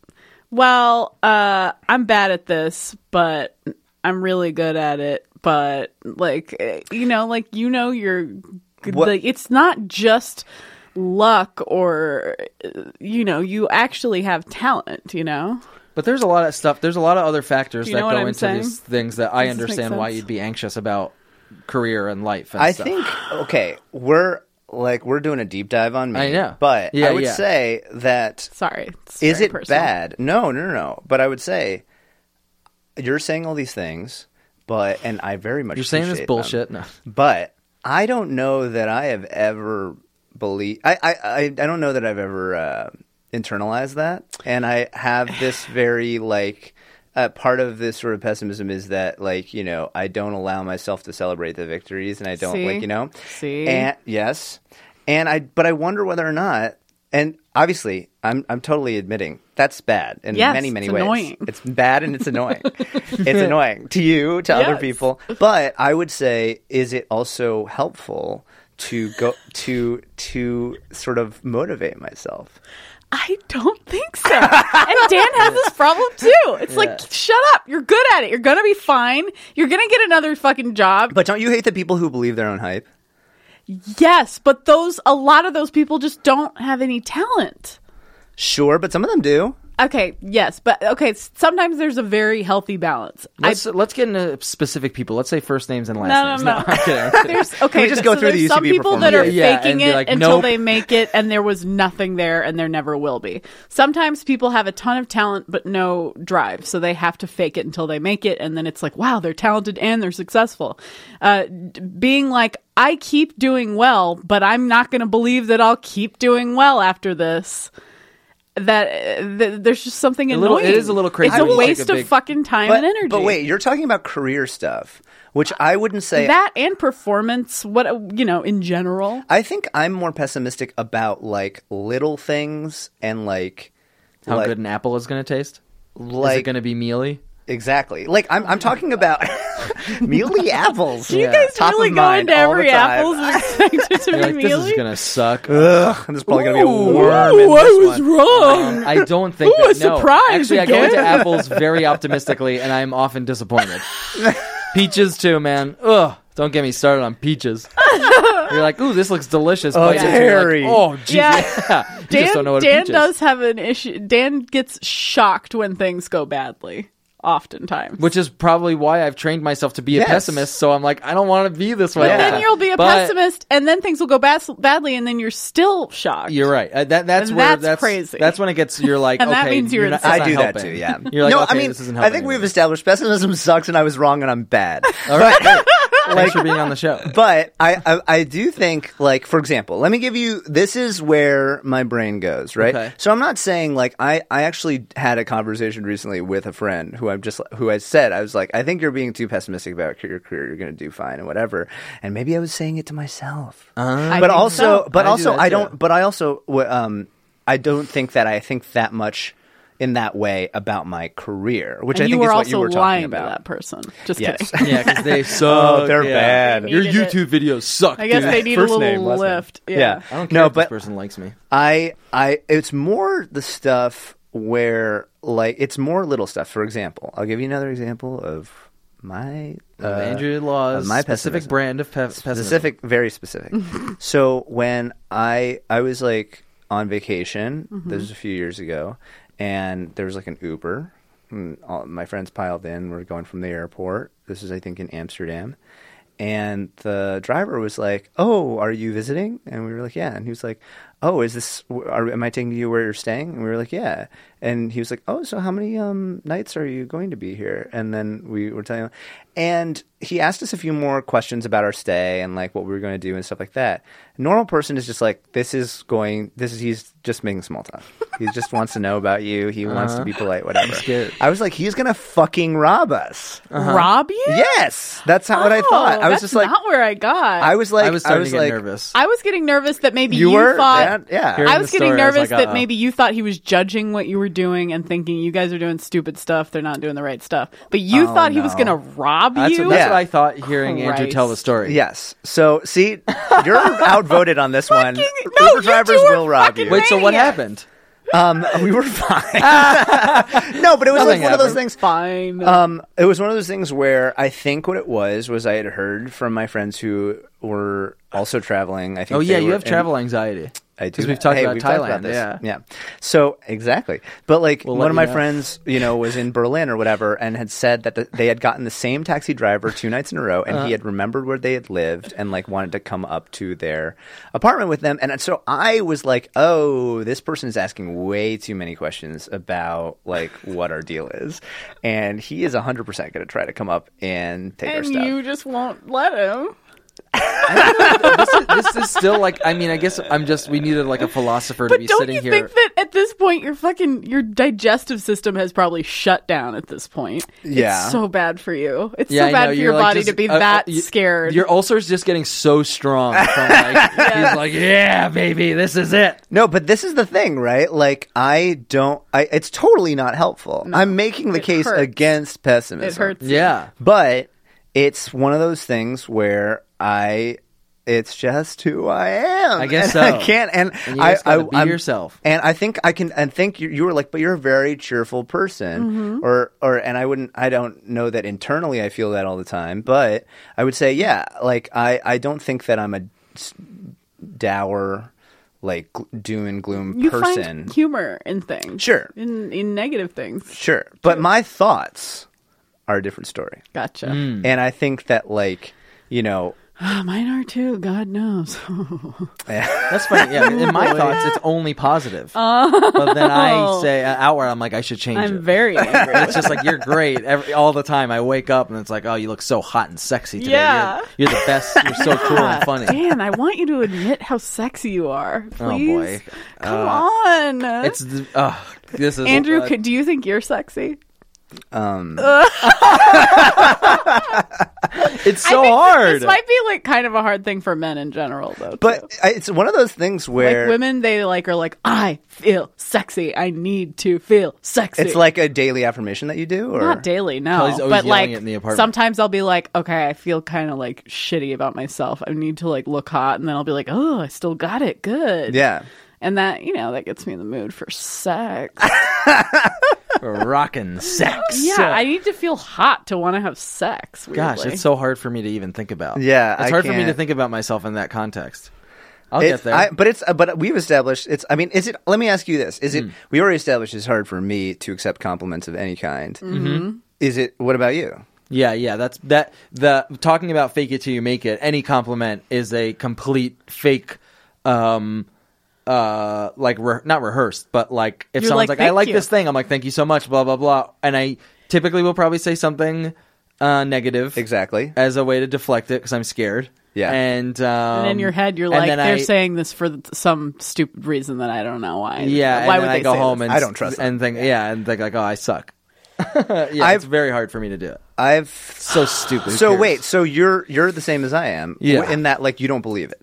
C: well uh i'm bad at this but i'm really good at it but like eh, you know like you know you're good-
E: What-
C: like it's not just luck or eh, you know you actually have talent you know
B: But there's a lot of stuff. There's a lot of other factors
C: Do you
B: that
C: know what
B: go
C: I'm
B: into
C: saying?
B: these things that I
C: Does this make
B: understand why
C: sense?
B: you'd be anxious about career and life. And
E: I
B: stuff.
E: think okay, we're like we're doing a deep dive on me.
B: I know.
E: but
B: Yeah,
E: I would
B: yeah.
E: say that
C: sorry it's
E: is
C: very
E: it
C: personal.
E: bad? No, no, no, no. But I would say you're saying all these things, but and I very much
B: you're saying this
E: appreciate um, them.
B: bullshit. No.
E: but I don't know that I have ever believed. I I, I, I don't know that I've ever uh, internalized that, and I have this very like. Uh, part of this sort of pessimism is that, like, you know, I don't allow myself to celebrate the victories, and I don't,
C: See?
E: like, you know,
C: See?
E: and yes, and I, but I wonder whether or not, and obviously, I'm, I'm totally admitting that's bad in
C: Yes,
E: many, many
C: it's
E: ways.
C: annoying.
E: It's bad and it's annoying. it's annoying to you, to other
C: Yes.
E: people. But I would say, is it also helpful to go to to sort of motivate myself?
C: I don't think so. and Dan has this problem too. It's like, shut up. You're good at it. You're gonna be fine. You're gonna get another fucking job.
E: But don't you hate the people who believe their own hype?
C: yes, but those a lot of those people just don't have any talent.
E: Sure, but some of them do.
C: okay, yes, but okay. s- Sometimes there's a very healthy balance. I,
B: Let's let's get into specific people. Let's say first names and last
C: No, no,
B: names.
C: no.
B: I'm kidding. I'm kidding.
C: there's okay.
E: just go
C: so
E: through the
C: there's some
E: UCB
C: people that are
B: performance? Yeah, yeah, and
C: faking
B: be
C: it
B: like,
C: until
B: nope.
C: they make it, and there was nothing there, and there never will be. Sometimes people have a ton of talent but no drive, so they have to fake it until they make it, and then it's like, wow, they're talented and they're successful. Uh, d- being like, I keep doing well, but I'm not going to believe that I'll keep doing well after this. That uh, th- there's just something
B: little-
C: annoying.
B: it is a little crazy
C: It's a
B: when you take
C: waste
B: a
C: of
B: big-
C: fucking time
E: but,
C: and energy.
E: but wait, you're talking about career stuff, which I wouldn't say.
C: that and performance what uh, you know in general
E: I think I'm more pessimistic about like little things and like
B: How
E: like,
B: good an apple is going to taste? is it
E: like
B: going to be mealy?
E: exactly like I'm I'm talking about mealy apples.
C: do you
B: Yeah.
C: guys
E: Top
C: really
E: of
C: go
E: mind
C: into
E: all the
C: every
E: time.
C: apples and expect it to
B: You're
C: be
B: like, this is
C: mealy?
B: going to suck.
E: Ugh, there's probably gonna be a worm.
C: Ooh,
E: in
C: I
E: this
C: was
E: one.
C: wrong.
B: I don't think.
C: Ooh,
B: that,
C: a
B: no.
C: surprise
B: Actually, I go
C: again.
B: into apples very optimistically, and I'm often disappointed. peaches too, man. Ugh. Don't get me started on peaches. You're like, ooh, this looks delicious. Oh,
E: it's hairy.
B: oh, geez.
C: Yeah.
B: You
C: Dan,
B: just don't know what a
C: Dan
B: peach
C: does
B: is.
C: have an issue. Dan gets shocked when things go badly, oftentimes.
B: Which is probably why I've trained myself to be
E: Yes.
B: a pessimist. So I'm like, I don't want to be this way.
E: But
B: all the
C: then
B: time.
C: you'll be a
B: But
C: pessimist, and then things will go bas- badly, and then you're still shocked.
B: You're right. Uh, that that's
C: And
B: where
C: that's
B: that's,
C: crazy.
B: That's when it gets. You're like,
C: And
B: okay,
C: that means you're
B: not-
E: I
B: it's
E: do
B: not
E: that
B: helping.
E: too. Yeah.
B: You're like,
E: no,
B: okay,
E: I mean,
B: this isn't
E: I
B: helping
E: think
B: anymore.
E: we've established pessimism sucks, and I was wrong, and I'm bad.
B: All right. Thanks for being on the show.
E: but I, I I do think like for example, let me give you this is where my brain goes, right?
B: Okay.
E: So I'm not saying like I I actually had a conversation recently with a friend who I'm just who I said I was like I think you're being too pessimistic about your career. You're going to do fine and whatever. And maybe I was saying it to myself.
B: Uh-huh.
C: I
E: but
C: think
E: also
C: so.
E: but
B: I do
E: also
B: that,
E: I
B: too.
E: don't but I also w- um I don't think that I think that much in that way about my career, which
C: and
E: I
C: you
E: think
C: were
E: is what
C: also
E: you were
C: lying
E: talking about.
C: to that person. Just
E: Yes.
C: kidding.
B: Yeah, because they suck.
E: Oh, they're
B: yeah.
E: bad.
B: Your
C: Needed
B: YouTube videos suck.
C: I guess
B: dude.
C: they need
E: First
C: a little
E: name, last name.
C: lift.
E: Yeah.
B: I don't care
E: No,
B: if this
E: but-
B: person likes me.
E: I I it's more the stuff where like it's more little stuff. For example, I'll give you another example of my uh,
B: Of Andrew Law's
E: of my
B: specific
E: pessimism.
B: brand of pe- pessimism.
E: specific, very specific. so when I I was like on vacation,
B: Mm-hmm.
E: this was a few years ago, and there was like an Uber. And all, my friends piled in. We're going from the airport. This is I think in Amsterdam, and the driver was like, "Oh, are you visiting?" And we were like, "Yeah." And he was like, "Oh, is this? Are, am I taking you where you're staying?" And we were like, "Yeah." And he was like, "Oh, so how many um, nights are you going to be here?" And then we were telling him, and he asked us a few more questions about our stay and like what we were going to do and stuff like that. A normal person is just like, "This is going. This is he's just making small talk. He just wants to know about you. He wants to be polite, whatever."
B: Uh-huh. good.
E: I was like, "He's gonna fucking rob us."
B: Uh-huh.
C: Rob you?
E: Yes, that's how what I thought.
C: Oh,
E: I
C: that's
E: was just like,
C: not where I got.
E: I was like,
B: I was starting to get
E: like,
B: nervous.
C: I was getting nervous that maybe you,
E: You were
C: thought.
E: yeah. yeah.
B: Hearing
C: I was
B: the
C: getting
B: story, I was
C: nervous
B: like,
C: that
B: uh-uh.
C: maybe you thought he was judging what you were doing and thinking you guys are doing stupid stuff. They're not doing the right stuff. But you
E: Oh,
C: thought he was
E: no.
C: going to rob
B: that's
C: you.
B: what, that's
E: Yeah.
B: what I thought hearing Andrew
C: Christ.
B: tell the story.
E: Yes. So see, you're outvoted on this one.
C: Fucking- no, you
E: Uber drivers
C: two are
E: will rob
C: fucking
E: you.
B: Wait, so what
C: Maniac.
B: happened?
E: Um, we were fine. no, but it was like
B: Nothing
E: one of those
B: happened.
E: things.
C: Fine.
B: Oh,
E: Um, it was one of those things where I think what it was was I had heard from my friends who were also traveling. I think.
B: Oh,
E: they
B: yeah, you
E: were
B: have
E: in-
B: travel anxiety.
E: I do.
B: Because we've talked
E: Hey,
B: about
E: we've
B: Thailand.
E: this.
B: Yeah.
E: So exactly, but like
B: We'll let
E: one
B: you
E: of my
B: know.
E: friends, you know, was in Berlin or whatever, and had said that the, they had gotten the same taxi driver two nights in a row, and
B: Uh-huh.
E: he had remembered where they had lived and like wanted to come up to their apartment with them, and uh, so I was like, oh, this person is asking way too many questions about like what our deal is, and he is hundred percent going to try to come up and take our
C: and
E: stuff.
C: you just won't let him.
B: this, is, this is still like, I mean, I guess I'm just, we needed like a philosopher to
C: But
B: be
C: don't
B: sitting
C: you
B: here.
C: think that at this point your fucking your digestive system has probably shut down at this point?
E: Yeah.
C: It's so bad for you. It's
B: Yeah, I
C: so bad
B: know.
C: for
B: You're
C: your
B: like,
C: body
B: just-
C: to be
B: uh, uh,
C: that
B: you-
C: scared.
B: Your ulcer's just getting so strong. From like, He's like, yeah, baby, this is it.
E: No, but this is the thing, right? Like, I don't. I, it's totally not helpful. I'm making the
C: It
E: case
C: hurts.
E: against pessimism.
C: it hurts.
B: Yeah.
E: but it's one of those things where I. It's just who I am.
B: I guess
E: And
B: so.
E: I can't. And,
B: And you
E: I,
B: just gotta
E: I-
B: be
E: I'm-
B: yourself.
E: And I think I can. And think you, you were like, but you're a very cheerful person,
B: Mm-hmm.
E: or or. And I wouldn't. I don't know that internally. I feel that all the time, but I would say, yeah. Like I, I don't think that I'm a s- dour like gl- doom and gloom
C: You
E: person.
C: find humor in things.
E: Sure.
C: In in negative things.
E: Sure, but my thoughts are a different story,
C: Gotcha.
B: Mm. Hmm.
E: and I think that like you know,
C: Ah, mine are too. God knows.
B: That's funny. Yeah, in my thoughts, it's only positive. But then I say uh, outward, I'm like, I should change
C: Oh. I'm
B: it.
C: very angry.
B: it's just like you're great every, all the time. I wake up and it's like, oh, you look so hot and sexy today. You're-
C: Yeah.
B: You're, the best. You're so cool and funny.
C: Dan, I want you to admit how sexy you are. Please.
B: Oh, boy. Uh,
C: Come on.
B: It's the- oh, this is
C: Andrew,
B: uh,
C: could, do you think you're sexy?
E: um,
B: It's so
C: This
B: hard.
C: might be like kind of a hard thing for men in general, though. too.
E: but I- it's one of those things where
C: like women, they like are like, I feel sexy. I need to feel sexy.
E: it's like a daily affirmation that you do, or
C: not daily, no.
B: Kelly's always
C: but
B: yelling
C: like
B: it in the apartment.
C: sometimes I'll be like, okay, I feel kind of like shitty about myself. I need to like look hot, and then I'll be like, oh, I still got it, good.
E: yeah,
C: and that you know that gets me in the mood for sex.
B: Rockin' sex.
C: yeah, I need to feel hot to want to have sex. Weirdly.
B: Gosh, it's so hard for me to even think about.
E: Yeah,
B: it's
E: I
B: hard for me to
E: can't.
B: think about myself in that context. I'll
E: It's-
B: get there.
E: I, but it's uh, but we've established it's. I mean, is it? Let me ask you this: Is
B: Mm.
E: it? We already established it's hard for me to accept compliments of any kind. Mm-hmm. Is it? What about you?
B: Yeah, yeah, that's that. The talking about fake it till you make it. Any compliment is a complete fake, um, uh, like re- not rehearsed, but like if
C: You're
B: someone's
C: like,
B: like, "I
C: "Thank
B: like
C: you."
B: this thing," I'm like, "Thank you so much," blah blah blah, and I typically will probably say something uh, negative
E: Exactly.
B: as a way to deflect it because I'm scared.
E: Yeah.
B: and um,
C: and in your head, you're
B: and
C: like,
B: then
C: they're
B: I-
C: saying this for th- some stupid reason that I don't know why.
B: yeah.
C: why
B: and
C: would
B: then
C: they
B: I go
C: say
B: home
C: this?
B: and
E: I don't trust them.
B: and think yeah, and think like, "Oh, I suck." yeah, it's
E: I've-
B: very hard for me to do it.
E: I've
B: So stupid. Who
E: So
B: cares?
E: wait, so you're you're the same as I am.
B: Yeah.
E: In that like you don't believe it.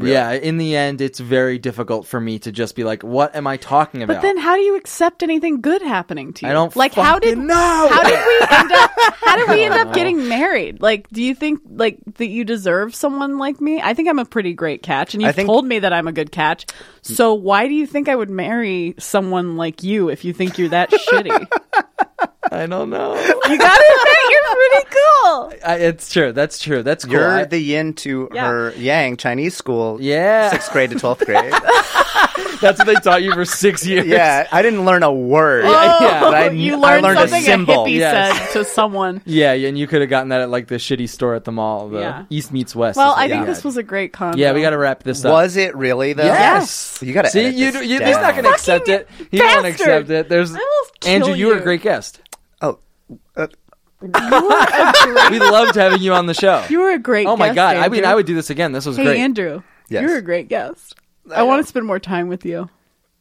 B: Yeah, in the end, it's very difficult for me to just be like, "What am I talking about?"
C: But then, how do you accept anything good happening to you?
B: I don't
C: like. How did
B: fucking know.
C: How did we end up? How did we end up getting married? Like, do you think like that you deserve someone like me? I think I'm a pretty great catch, and
E: I
C: you've
E: think-
C: told me that I'm a good catch.
B: Mm.
C: So why do you think I would marry someone like you if you think you're that shitty?
B: I don't know.
C: You gotta admit, you're pretty cool.
B: I, it's true. That's true. That's cool.
E: You're
B: I-
E: the yin to
C: Yeah.
E: her yang Chinese school.
B: Yeah.
E: Sixth grade to twelfth grade.
B: that's what they taught you for six years.
E: yeah. I didn't learn a word.
B: yeah,
E: but I,
C: Oh, you
E: I
C: learned,
E: learned
C: something
E: a symbol.
C: hippie
B: Yes.
C: said to someone.
B: yeah, and you could have gotten that at like the shitty store at the mall, the
C: Yeah.
B: East meets West.
C: Well,
B: is what
C: I
B: we
C: think
B: had.
C: this was a great con.
B: Yeah, we got to wrap this up.
E: Was it really though?
B: Yes.
E: You gotta
B: see.
E: edit
B: You,
E: this
B: you, he's not
E: down.
B: going to accept it. He won't
C: bastard.
B: accept it. There's
C: I will kill
B: Andrew. You were a
C: you.
B: great guest.
E: Oh.
B: We loved having you on the show.
C: You were a great.
B: oh my
C: guest,
B: god! I mean,
C: Andrew.
B: I would do this again. This was
C: Hey,
B: great,
C: Andrew,
E: Yes.
C: you're a great guest. I, want to spend more time with you.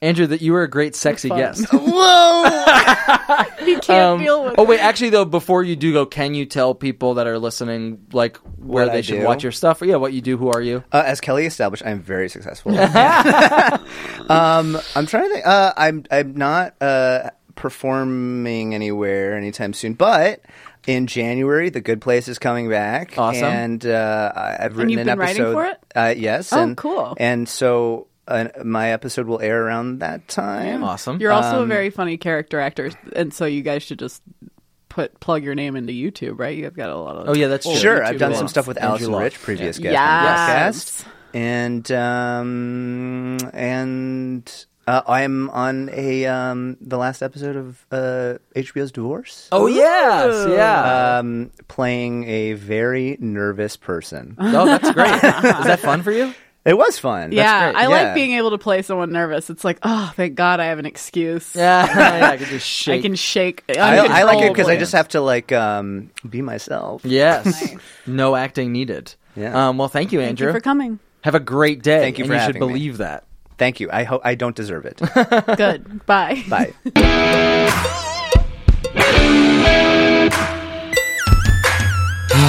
B: Andrew. That you were a great, sexy
C: Fun.
B: guest.
E: Oh.
C: He can't
B: Um,
C: deal with.
B: oh wait, actually though, before you do go, can you tell people that are listening like where
E: What
B: they
E: I
B: should
E: do?
B: watch your stuff? Yeah, what you do, who are you?
E: Uh, as Kelly established, I'm very successful. um, I'm trying to think. Uh, I'm I'm not uh, performing anywhere anytime soon, but in January, The Good Place is coming back.
B: Awesome.
E: and uh, I- I've written
C: you've
E: an
C: been writing
E: episode
C: for it?
E: Uh, yes.
C: Oh,
E: and,
C: cool.
E: And so uh, my episode will air around that time.
B: Awesome.
C: You're also a very funny character actor, and so you guys should just put plug your name into YouTube, right? You've got a lot of.
B: Oh, yeah, that's true.
E: Sure,
B: YouTube
E: I've done
B: Live.
E: some stuff with
B: Andrew
E: Allison
B: Live.
E: Rich, previous
C: Yeah.
E: guest on the
C: Yes.
E: podcast, and um, and uh, I'm on a um, the last episode of uh, HBO's Divorce,
B: Oh yes, yeah.
E: um, playing a very nervous person.
B: oh, that's great. Is that fun for you?
E: it was fun.
C: Yeah,
B: great.
C: I
E: Yeah.
C: like being able to play someone nervous. It's like, oh, thank God I have an excuse.
B: Yeah, yeah, I could just shake.
C: I can shake.
E: I, I like it because I
C: uncontrollably.
E: just have to like um, be myself.
B: Yes, no acting needed.
E: Yeah.
B: Um, well, thank you,
C: Thank
B: Andrew.
C: you for coming.
B: Have a great day.
E: Thank you
B: and
E: for
B: you should
E: having me.
B: believe that.
E: Thank you. I hope I don't deserve it.
C: Good. Bye.
E: Bye.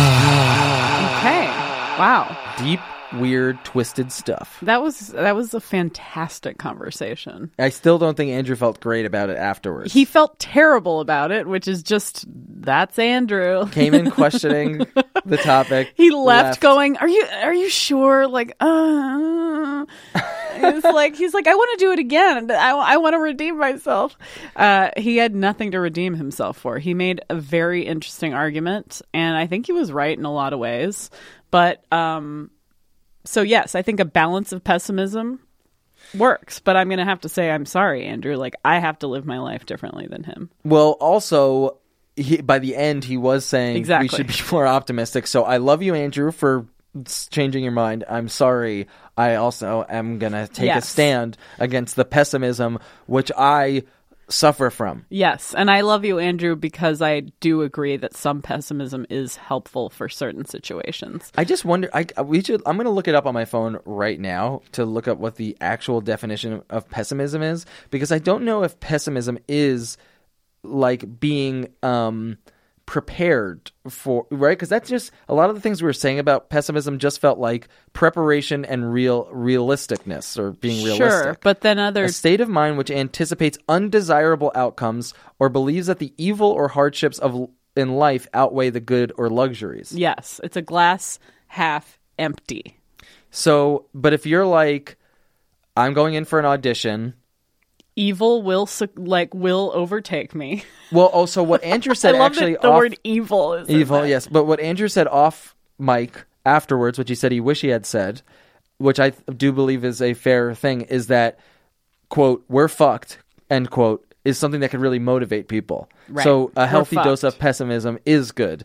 C: Okay. Wow.
B: Deep, weird, twisted stuff.
C: That was that was a fantastic conversation.
B: I still don't think Andrew felt great about it afterwards.
C: He felt terrible about it, which is just that's Andrew.
B: came in questioning the topic.
C: He left, going, "Are you are you sure?" Like, uh It's like he's like, "I want to do it again. I, I want to redeem myself." Uh, he had nothing to redeem himself for. He made a very interesting argument, and I think he was right in a lot of ways. But um, so yes, I think a balance of pessimism works, but I'm going to have to say I'm sorry, Andrew. Like I have to live my life differently than him.
B: Well, also, he, by the end, he was saying
C: Exactly.
B: we should be more optimistic. So I love you, Andrew, for s- changing your mind. I'm sorry. I also am going to take a
C: Yes.
B: stand against the pessimism, which I suffer from.
C: Yes, and I love you, Andrew, because I do agree that some pessimism is helpful for certain situations.
B: I just wonder. I we should. I'm going to look it up on my phone right now to look up what the actual definition of pessimism is because I don't know if pessimism is like being um prepared for right because that's just a lot of the things we were saying about pessimism just felt like preparation and real realisticness or being
C: Sure,
B: realistic
C: but then other
B: a state of mind which anticipates undesirable outcomes or believes that the evil or hardships of in life outweigh the good or luxuries
C: yes, it's a glass half empty.
B: So, but if you're like, I'm going in for an audition.
C: Evil will su- like will overtake me.
B: Well, also what Andrew
C: I
B: said
C: love
B: actually
C: that the
B: off
C: word evil is in
B: evil,
C: there.
B: yes. But what Andrew said off mic afterwards, which he said he wish he had said, which I th- do believe is a fair thing, is that quote we're fucked end quote is something that could really motivate people.
C: Right.
B: So a
C: We're
B: healthy dose
C: fucked.
B: of pessimism is good,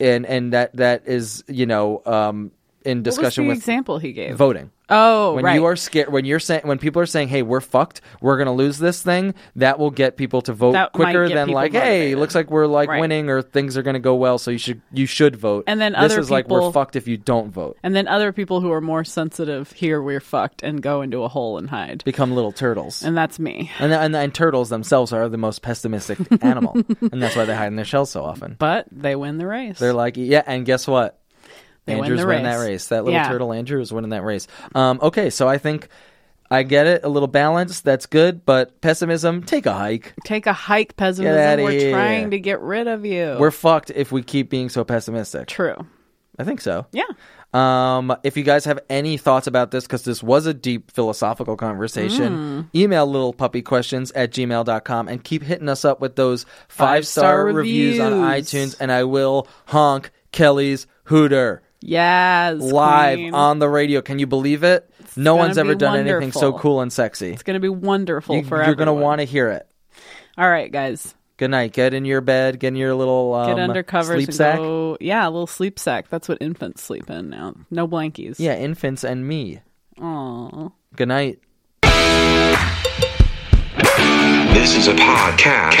B: and and that that is you know um, in
C: What was the
B: discussion with
C: example he gave?
B: voting.
C: Oh,
B: when
C: right.
B: you are scared when you're saying when people are saying hey we're fucked we're gonna lose this thing that will get people to vote
C: That might
B: quicker
C: get
B: than
C: people
B: like hey
C: motivated.
B: looks like we're like
C: Right.
B: winning or things are gonna go well so you should you should vote
C: And then
B: this
C: other
B: is like we're
C: people-
B: fucked if you don't vote
C: and then other people who are more sensitive hear we're fucked and go into a hole and hide.
B: become little turtles and
C: And that's me.
B: and, and, turtles themselves are the most pessimistic animal and that's why they hide in their shells so often
C: But they win the race.
B: they're like yeah and guess what
C: They win
B: Andrew's
C: the
B: winning
C: race.
B: that race. That little
C: Yeah.
B: turtle Andrew is winning that race. Um, okay, so I think I get it. A little balance, that's good, but pessimism, take a hike.
C: Take a hike, pessimism.
B: outta
C: We're
B: here.
C: trying to get rid of you.
B: We're fucked if we keep being so pessimistic.
C: true.
B: I think so.
C: Yeah.
B: Um, if you guys have any thoughts about this, because this was a deep philosophical conversation,
C: Mm.
B: email little puppy questions at gmail.com and keep hitting us up with those five star
C: Five-star
B: reviews. on
C: reviews.
B: iTunes. And I will honk Kelly's Hooter
C: Yes.
B: live
C: queen.
B: on the radio. Can you believe it? no
C: gonna
B: one's ever
C: be
B: done anything so
C: wonderful.
B: cool and sexy.
C: It's going to be wonderful
B: You,
C: for
B: are going to
C: everyone.
B: want to hear it.
C: All right, guys.
B: Good night. Get in your bed. Get in your little um,
C: Get under covers
B: sleep
C: and
B: sack.
C: go. Yeah, a little sleep sack. That's what infants sleep in now. No blankies.
B: Yeah, infants and me.
C: Aww.
B: Good night.
D: This is a podcast.